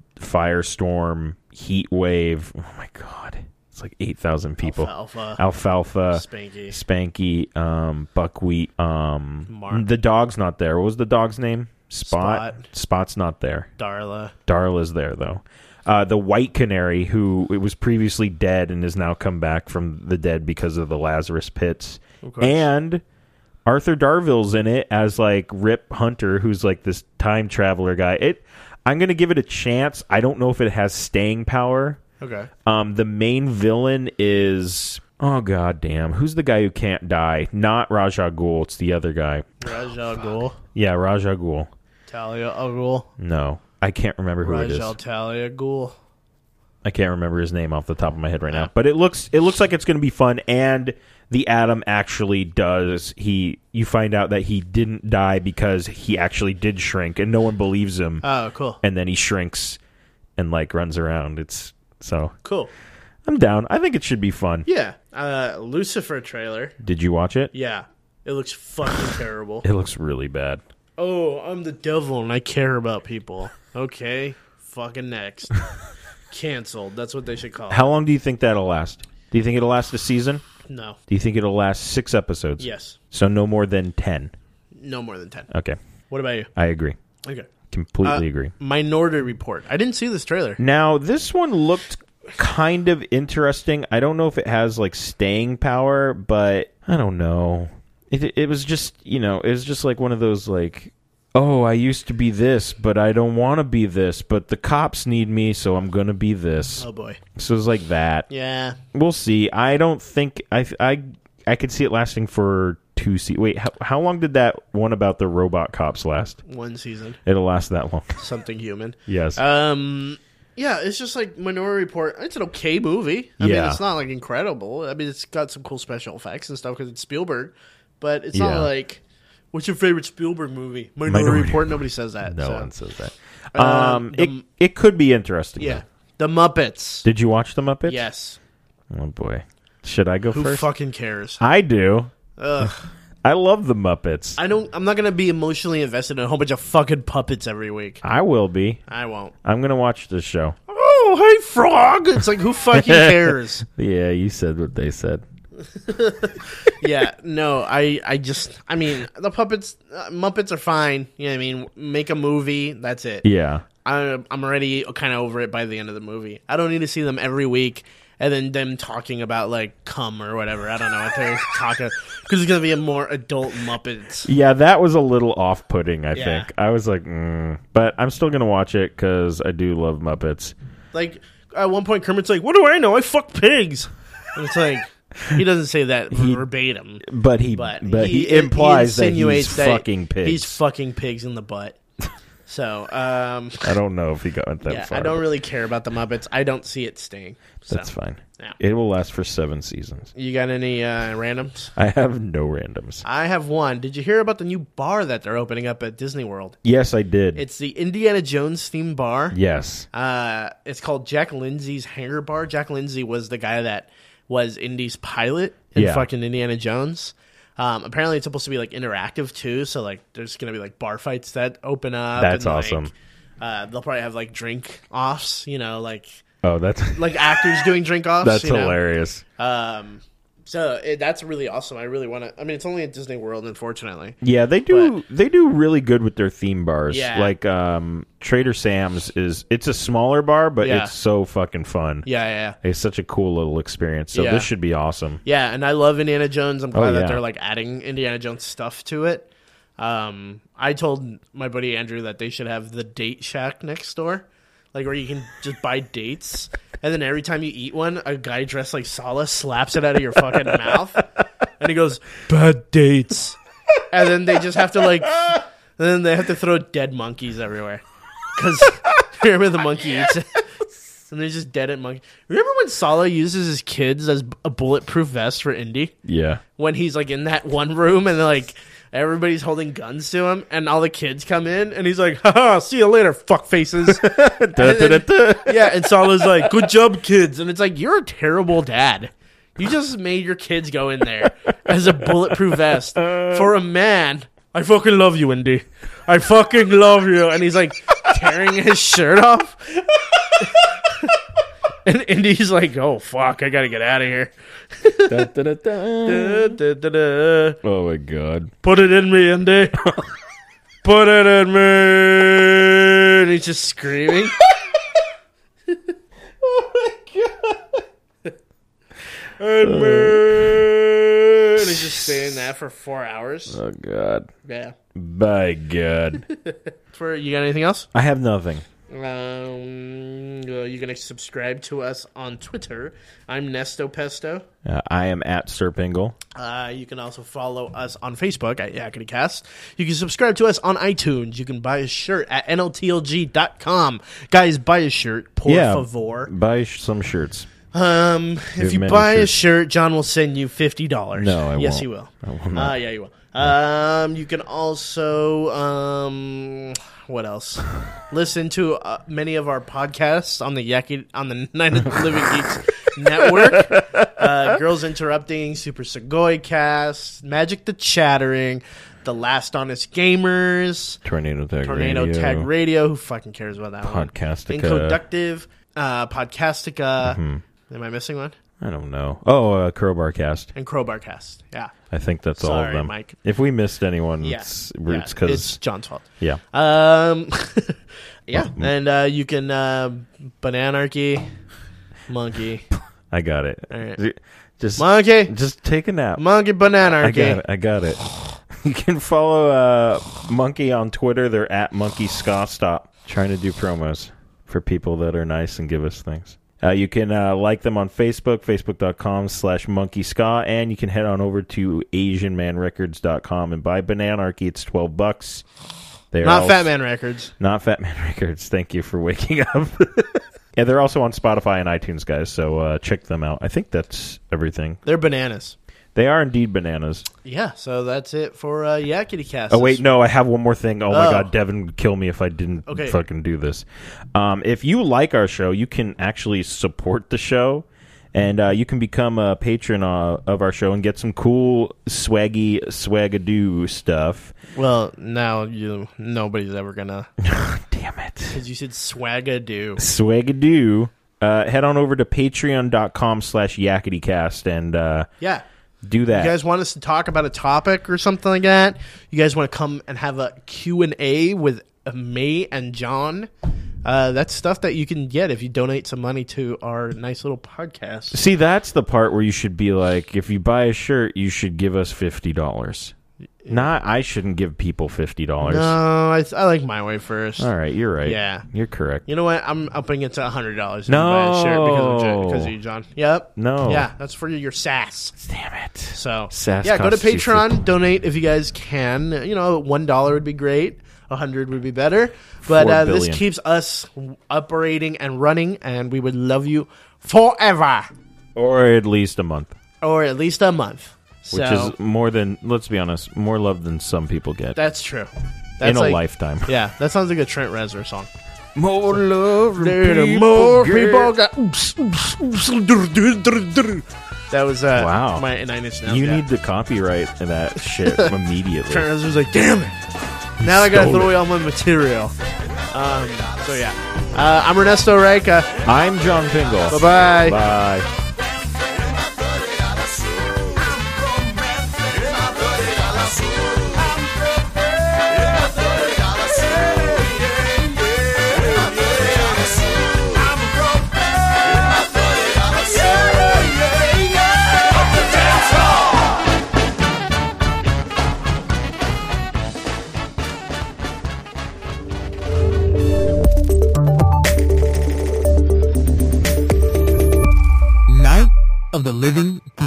[SPEAKER 3] Firestorm, Heat Wave. Oh my god, it's like eight thousand people.
[SPEAKER 2] Alpha,
[SPEAKER 3] Alfalfa,
[SPEAKER 2] Spanky.
[SPEAKER 3] Spanky, um, Buckwheat. Um,
[SPEAKER 2] Mark.
[SPEAKER 3] the dog's not there. What was the dog's name? Spot.
[SPEAKER 2] Spot.
[SPEAKER 3] Spot's not there.
[SPEAKER 2] Darla.
[SPEAKER 3] Darla's there though. Uh, the white canary, who it was previously dead and has now come back from the dead because of the Lazarus pits,
[SPEAKER 2] course.
[SPEAKER 3] and Arthur Darville's in it as like Rip Hunter, who's like this time traveler guy. It, I'm gonna give it a chance. I don't know if it has staying power.
[SPEAKER 2] Okay.
[SPEAKER 3] Um, the main villain is oh god damn, who's the guy who can't die? Not Raja Ghul. It's the other guy.
[SPEAKER 2] Rajal Ghul.
[SPEAKER 3] Yeah, Raja Ghul.
[SPEAKER 2] Talia Al Ghul.
[SPEAKER 3] No, I can't remember who it is.
[SPEAKER 2] Rajal Talia Ghul.
[SPEAKER 3] I can't remember his name off the top of my head right now, but it looks it looks like it's going to be fun. And the Atom actually does he you find out that he didn't die because he actually did shrink, and no one believes him.
[SPEAKER 2] Oh, cool.
[SPEAKER 3] and then he shrinks and like runs around. It's so
[SPEAKER 2] Cool.
[SPEAKER 3] I'm down. I think it should be fun.
[SPEAKER 2] Yeah. Uh, Lucifer trailer.
[SPEAKER 3] Did you watch it?
[SPEAKER 2] Yeah. It looks fucking terrible.
[SPEAKER 3] It looks really bad.
[SPEAKER 2] Oh, I'm the devil and I care about people. Okay. Fucking next. Canceled. That's what they should call it.
[SPEAKER 3] How long do you think that'll last? Do you think it'll last a season?
[SPEAKER 2] No.
[SPEAKER 3] Do you think it'll last six episodes?
[SPEAKER 2] Yes.
[SPEAKER 3] So no more than ten.
[SPEAKER 2] No more than 10.
[SPEAKER 3] Okay,
[SPEAKER 2] What about you?
[SPEAKER 3] I agree.
[SPEAKER 2] Okay.
[SPEAKER 3] Completely
[SPEAKER 2] Uh,
[SPEAKER 3] agree.
[SPEAKER 2] Minority Report. I didn't see this trailer.
[SPEAKER 3] Now, this one looked kind of interesting. I don't know if it has like staying power, but I don't know. It it was just, you know, it was just like one of those like oh, I used to be this, but I don't want to be this, but the cops need me, so I'm going to be this.
[SPEAKER 2] Oh, boy.
[SPEAKER 3] So it's like that.
[SPEAKER 2] Yeah.
[SPEAKER 3] We'll see. I don't think I I I could see it lasting for two se- Wait, how, how long did that one about the robot cops last?
[SPEAKER 2] One season.
[SPEAKER 3] It'll last that long.
[SPEAKER 2] Something human.
[SPEAKER 3] yes.
[SPEAKER 2] Um. Yeah, it's just like Minority Report. It's an okay movie. I mean,
[SPEAKER 3] Yeah.
[SPEAKER 2] it's not like incredible. I mean, it's got some cool special effects and stuff because it's Spielberg, but it's
[SPEAKER 3] Yeah.
[SPEAKER 2] not like, what's your favorite Spielberg movie? Minority,
[SPEAKER 3] Minority
[SPEAKER 2] Report. Nobody says that.
[SPEAKER 3] no
[SPEAKER 2] so.
[SPEAKER 3] one says that.
[SPEAKER 2] Uh,
[SPEAKER 3] Um,
[SPEAKER 2] the-
[SPEAKER 3] it it could be interesting.
[SPEAKER 2] Yeah.
[SPEAKER 3] though.
[SPEAKER 2] The Muppets.
[SPEAKER 3] Did you watch the Muppets?
[SPEAKER 2] yes.
[SPEAKER 3] Oh boy. Should I go
[SPEAKER 2] Who
[SPEAKER 3] first?
[SPEAKER 2] fucking cares?
[SPEAKER 3] I do.
[SPEAKER 2] Ugh.
[SPEAKER 3] I love the Muppets.
[SPEAKER 2] I don't I'm not going to be emotionally invested in a whole bunch of fucking puppets every week.
[SPEAKER 3] I will be.
[SPEAKER 2] I won't.
[SPEAKER 3] I'm gonna watch this show.
[SPEAKER 2] Oh, hey frog. It's like who fucking cares?
[SPEAKER 3] Yeah, you said what they said.
[SPEAKER 2] yeah, no. I I just I mean, the puppets uh, Muppets are fine. You know what I mean? Make a movie, that's it.
[SPEAKER 3] Yeah.
[SPEAKER 2] I I'm already kind of over it by the end of the movie. I don't need to see them every week. And then them talking about like cum or whatever. I don't know what they're talking because it's gonna be a more adult Muppets.
[SPEAKER 3] Yeah, that was a little off-putting. I
[SPEAKER 2] Yeah.
[SPEAKER 3] think I was like, mm. but I'm still gonna watch it because I do love Muppets.
[SPEAKER 2] Like at one point, Kermit's like, "What do I know? I fuck pigs." And it's like he doesn't say that verbatim,
[SPEAKER 3] But he,
[SPEAKER 2] but
[SPEAKER 3] but, he, implies that
[SPEAKER 2] insinuates
[SPEAKER 3] he's fucking pigs.
[SPEAKER 2] He's fucking pigs in the butt. So um,
[SPEAKER 3] I don't know if he got that
[SPEAKER 2] yeah,
[SPEAKER 3] far.
[SPEAKER 2] I don't
[SPEAKER 3] but
[SPEAKER 2] really care about the Muppets. I don't see it staying. So
[SPEAKER 3] That's fine.
[SPEAKER 2] Yeah.
[SPEAKER 3] It will last for seven seasons.
[SPEAKER 2] you got any uh, randoms?
[SPEAKER 3] I have no randoms.
[SPEAKER 2] I have one. Did you hear about the new bar that they're opening up at Disney World?
[SPEAKER 3] Yes, I did.
[SPEAKER 2] It's the Indiana Jones themed bar.
[SPEAKER 3] yes.
[SPEAKER 2] Uh, it's called Jack Lindsay's Hangar Bar. Jack Lindsay was the guy that was Indy's pilot in
[SPEAKER 3] Yeah.
[SPEAKER 2] fucking Indiana Jones. Um, apparently, it's supposed to be like interactive too. So like, there's gonna be like bar fights that open up.
[SPEAKER 3] That's
[SPEAKER 2] and, like,
[SPEAKER 3] awesome.
[SPEAKER 2] uh, they'll probably have like drink offs. You know, like
[SPEAKER 3] Oh, that's
[SPEAKER 2] like actors doing drink offs.
[SPEAKER 3] that's
[SPEAKER 2] you know?
[SPEAKER 3] hilarious.
[SPEAKER 2] Um, so it, that's really awesome. I really want to. I mean, it's only at Disney World, unfortunately.
[SPEAKER 3] Yeah, they do they do really good with their theme bars.
[SPEAKER 2] Yeah.
[SPEAKER 3] Like um Trader Sam's is it's a smaller bar, but
[SPEAKER 2] Yeah.
[SPEAKER 3] it's so fucking fun.
[SPEAKER 2] Yeah, yeah, yeah.
[SPEAKER 3] It's such a cool little experience. So
[SPEAKER 2] Yeah.
[SPEAKER 3] this should be awesome.
[SPEAKER 2] Yeah, and I love Indiana Jones. I'm glad
[SPEAKER 3] yeah.
[SPEAKER 2] that they're like adding Indiana Jones stuff to it. Um, I told my buddy Andrew that they should have the Date Shack next door. like where you can just buy dates, and then every time you eat one, a guy dressed like Sala slaps it out of your fucking mouth, and he goes bad dates, and then they just have to like, and then they have to throw dead monkeys everywhere because remember the monkey eats it. And they're just dead at monkey. Remember when Sala uses his kids as a bulletproof vest for Indy?
[SPEAKER 3] Yeah.
[SPEAKER 2] when he's like in that one room and like everybody's holding guns to him and all the kids come in and he's like, haha, see you later, fuck faces. And then- yeah, and Sala's like, good job, kids. And it's like, you're a terrible dad. You just made your kids go in there as a bulletproof vest for a man. I fucking love you, Indy. I fucking love you. And he's like tearing his shirt off. and Indy's like, oh, fuck, I gotta get out of here. Da, da, da, da.
[SPEAKER 3] Oh my god.
[SPEAKER 2] Put it in me, Indy. Put it in me. And he's just screaming. oh my god. In me. And he's just saying that for four hours.
[SPEAKER 3] Oh god.
[SPEAKER 2] Yeah.
[SPEAKER 3] By god.
[SPEAKER 2] For you got anything else?
[SPEAKER 3] I have nothing.
[SPEAKER 2] Um, uh, you can subscribe to us on Twitter. I'm Nesto Pesto.
[SPEAKER 3] Uh, I am at Serpingle.
[SPEAKER 2] Uh, you can also follow us on Facebook at YakityCast. You can subscribe to us on iTunes. You can buy a shirt at NLTLG.com. Guys, buy a shirt, por
[SPEAKER 3] Yeah.
[SPEAKER 2] favor.
[SPEAKER 3] Buy sh- some shirts.
[SPEAKER 2] Um,
[SPEAKER 3] have
[SPEAKER 2] if you
[SPEAKER 3] many
[SPEAKER 2] buy a
[SPEAKER 3] shirts.
[SPEAKER 2] shirt, John will send you $50.
[SPEAKER 3] No, I
[SPEAKER 2] Yes,
[SPEAKER 3] won't.
[SPEAKER 2] he will.
[SPEAKER 3] I will
[SPEAKER 2] Uh, yeah, you will. Um, you can also, um, what else? Listen to uh, many of our podcasts on the Yaki on the Night of the Living Geeks network. Uh, Girls Interrupting, Super Segoy Cast, Magic the Chattering, The Last Honest Gamers,
[SPEAKER 3] Tornado Tag
[SPEAKER 2] Uh, Tornado
[SPEAKER 3] Radio.
[SPEAKER 2] Tag Radio. Who fucking cares about that one?
[SPEAKER 3] Podcastica.
[SPEAKER 2] Inconductive, uh, Podcastica.
[SPEAKER 3] Mm-hmm.
[SPEAKER 2] Am I missing one?
[SPEAKER 3] I don't know. Oh, uh, Crowbar Cast.
[SPEAKER 2] And Crowbar Cast. Yeah.
[SPEAKER 3] I think that's all of
[SPEAKER 2] Sorry,
[SPEAKER 3] them.
[SPEAKER 2] Mike.
[SPEAKER 3] If we missed anyone,
[SPEAKER 2] Yeah.
[SPEAKER 3] it's
[SPEAKER 2] Yeah,
[SPEAKER 3] roots because
[SPEAKER 2] it's John's fault.
[SPEAKER 3] yeah.
[SPEAKER 2] Um, yeah, and uh, you can uh, bananarchy, monkey,
[SPEAKER 3] I got it.
[SPEAKER 2] All right.
[SPEAKER 3] Z- Just
[SPEAKER 2] monkey,
[SPEAKER 3] just take a nap.
[SPEAKER 2] monkey
[SPEAKER 3] I got
[SPEAKER 2] bananarchy.
[SPEAKER 3] it. I got it. You can follow uh, Monkey on Twitter. They're at Monkey Ska Stop. Trying to do promos for people that are nice and give us things. Uh, you can uh, like them on Facebook, facebook.com slash monkey ska, and you can head on over to asianmanrecords.com and buy Bananarchy. It's 12 bucks. They're
[SPEAKER 2] Not
[SPEAKER 3] all-
[SPEAKER 2] Fat Man Records.
[SPEAKER 3] Not Fat Man Records. Thank you for waking up. yeah, they're also on Spotify and iTunes, guys, so uh, check them out. I think that's everything.
[SPEAKER 2] They're bananas.
[SPEAKER 3] They are indeed bananas.
[SPEAKER 2] Yeah, so that's it for uh, Yakety Cast.
[SPEAKER 3] Oh wait, no, I have one more thing. Oh, my
[SPEAKER 2] Oh.
[SPEAKER 3] god, Devin would kill me if I didn't
[SPEAKER 2] Okay.
[SPEAKER 3] fucking do this. Um, if you like our show, you can actually support the show, and uh, you can become a patron uh, of our show and get some cool swaggy swagadoo stuff.
[SPEAKER 2] Well, now you nobody's ever gonna
[SPEAKER 3] Damn it.
[SPEAKER 2] because you said swagadoo.
[SPEAKER 3] Swagadoo. Uh, head on over to patreon.com slash yakitycast and uh,
[SPEAKER 2] Yeah.
[SPEAKER 3] do that.
[SPEAKER 2] You guys want us to talk about a topic or something like that? You guys want to come and have a Q&A with uh, me and John? Uh, that's stuff that you can get if you donate some money to our nice little podcast.
[SPEAKER 3] See, that's the part where you should be like, if you buy a shirt, you should give us $50. Not, I shouldn't give people $50.
[SPEAKER 2] No, Uh, I, I like my way first.
[SPEAKER 3] All right, you're right.
[SPEAKER 2] Yeah.
[SPEAKER 3] You're correct.
[SPEAKER 2] You know what? I'm upping it to $100 if
[SPEAKER 3] No.
[SPEAKER 2] you buy a shirt because of, Jo- because of you, John. Yep.
[SPEAKER 3] No.
[SPEAKER 2] Yeah, that's for your sass.
[SPEAKER 3] Damn it.
[SPEAKER 2] So
[SPEAKER 3] Sass
[SPEAKER 2] yeah, go to
[SPEAKER 3] costs you
[SPEAKER 2] Patreon, donate if you guys can. You know, one dollar would be great. A hundred would be better, but
[SPEAKER 3] Four
[SPEAKER 2] uh, this
[SPEAKER 3] billion.
[SPEAKER 2] keeps us operating and running, and we would love you forever,
[SPEAKER 3] Or at least a month,
[SPEAKER 2] or at least a month.
[SPEAKER 3] which
[SPEAKER 2] So
[SPEAKER 3] is more than, let's be honest, more love than some people get
[SPEAKER 2] that's true. That's
[SPEAKER 3] in a
[SPEAKER 2] like-
[SPEAKER 3] lifetime.
[SPEAKER 2] Yeah, that sounds like a Trent Reznor song.
[SPEAKER 3] More love than
[SPEAKER 2] more people
[SPEAKER 3] get.
[SPEAKER 2] got. Oops, oops, oops, drr, drr, drr, drr. That was uh,
[SPEAKER 3] Wow.
[SPEAKER 2] My Nine Inch Nails.
[SPEAKER 3] You
[SPEAKER 2] yeah.
[SPEAKER 3] need to copyright that shit immediately.
[SPEAKER 2] Trent Reznor's like, damn it. Now I gotta
[SPEAKER 3] stole
[SPEAKER 2] throw away all my material. Um, so yeah. Uh, I'm Ernesto Reika.
[SPEAKER 3] I'm John Pingle.
[SPEAKER 2] Bye bye.
[SPEAKER 3] Bye.
[SPEAKER 1] of the living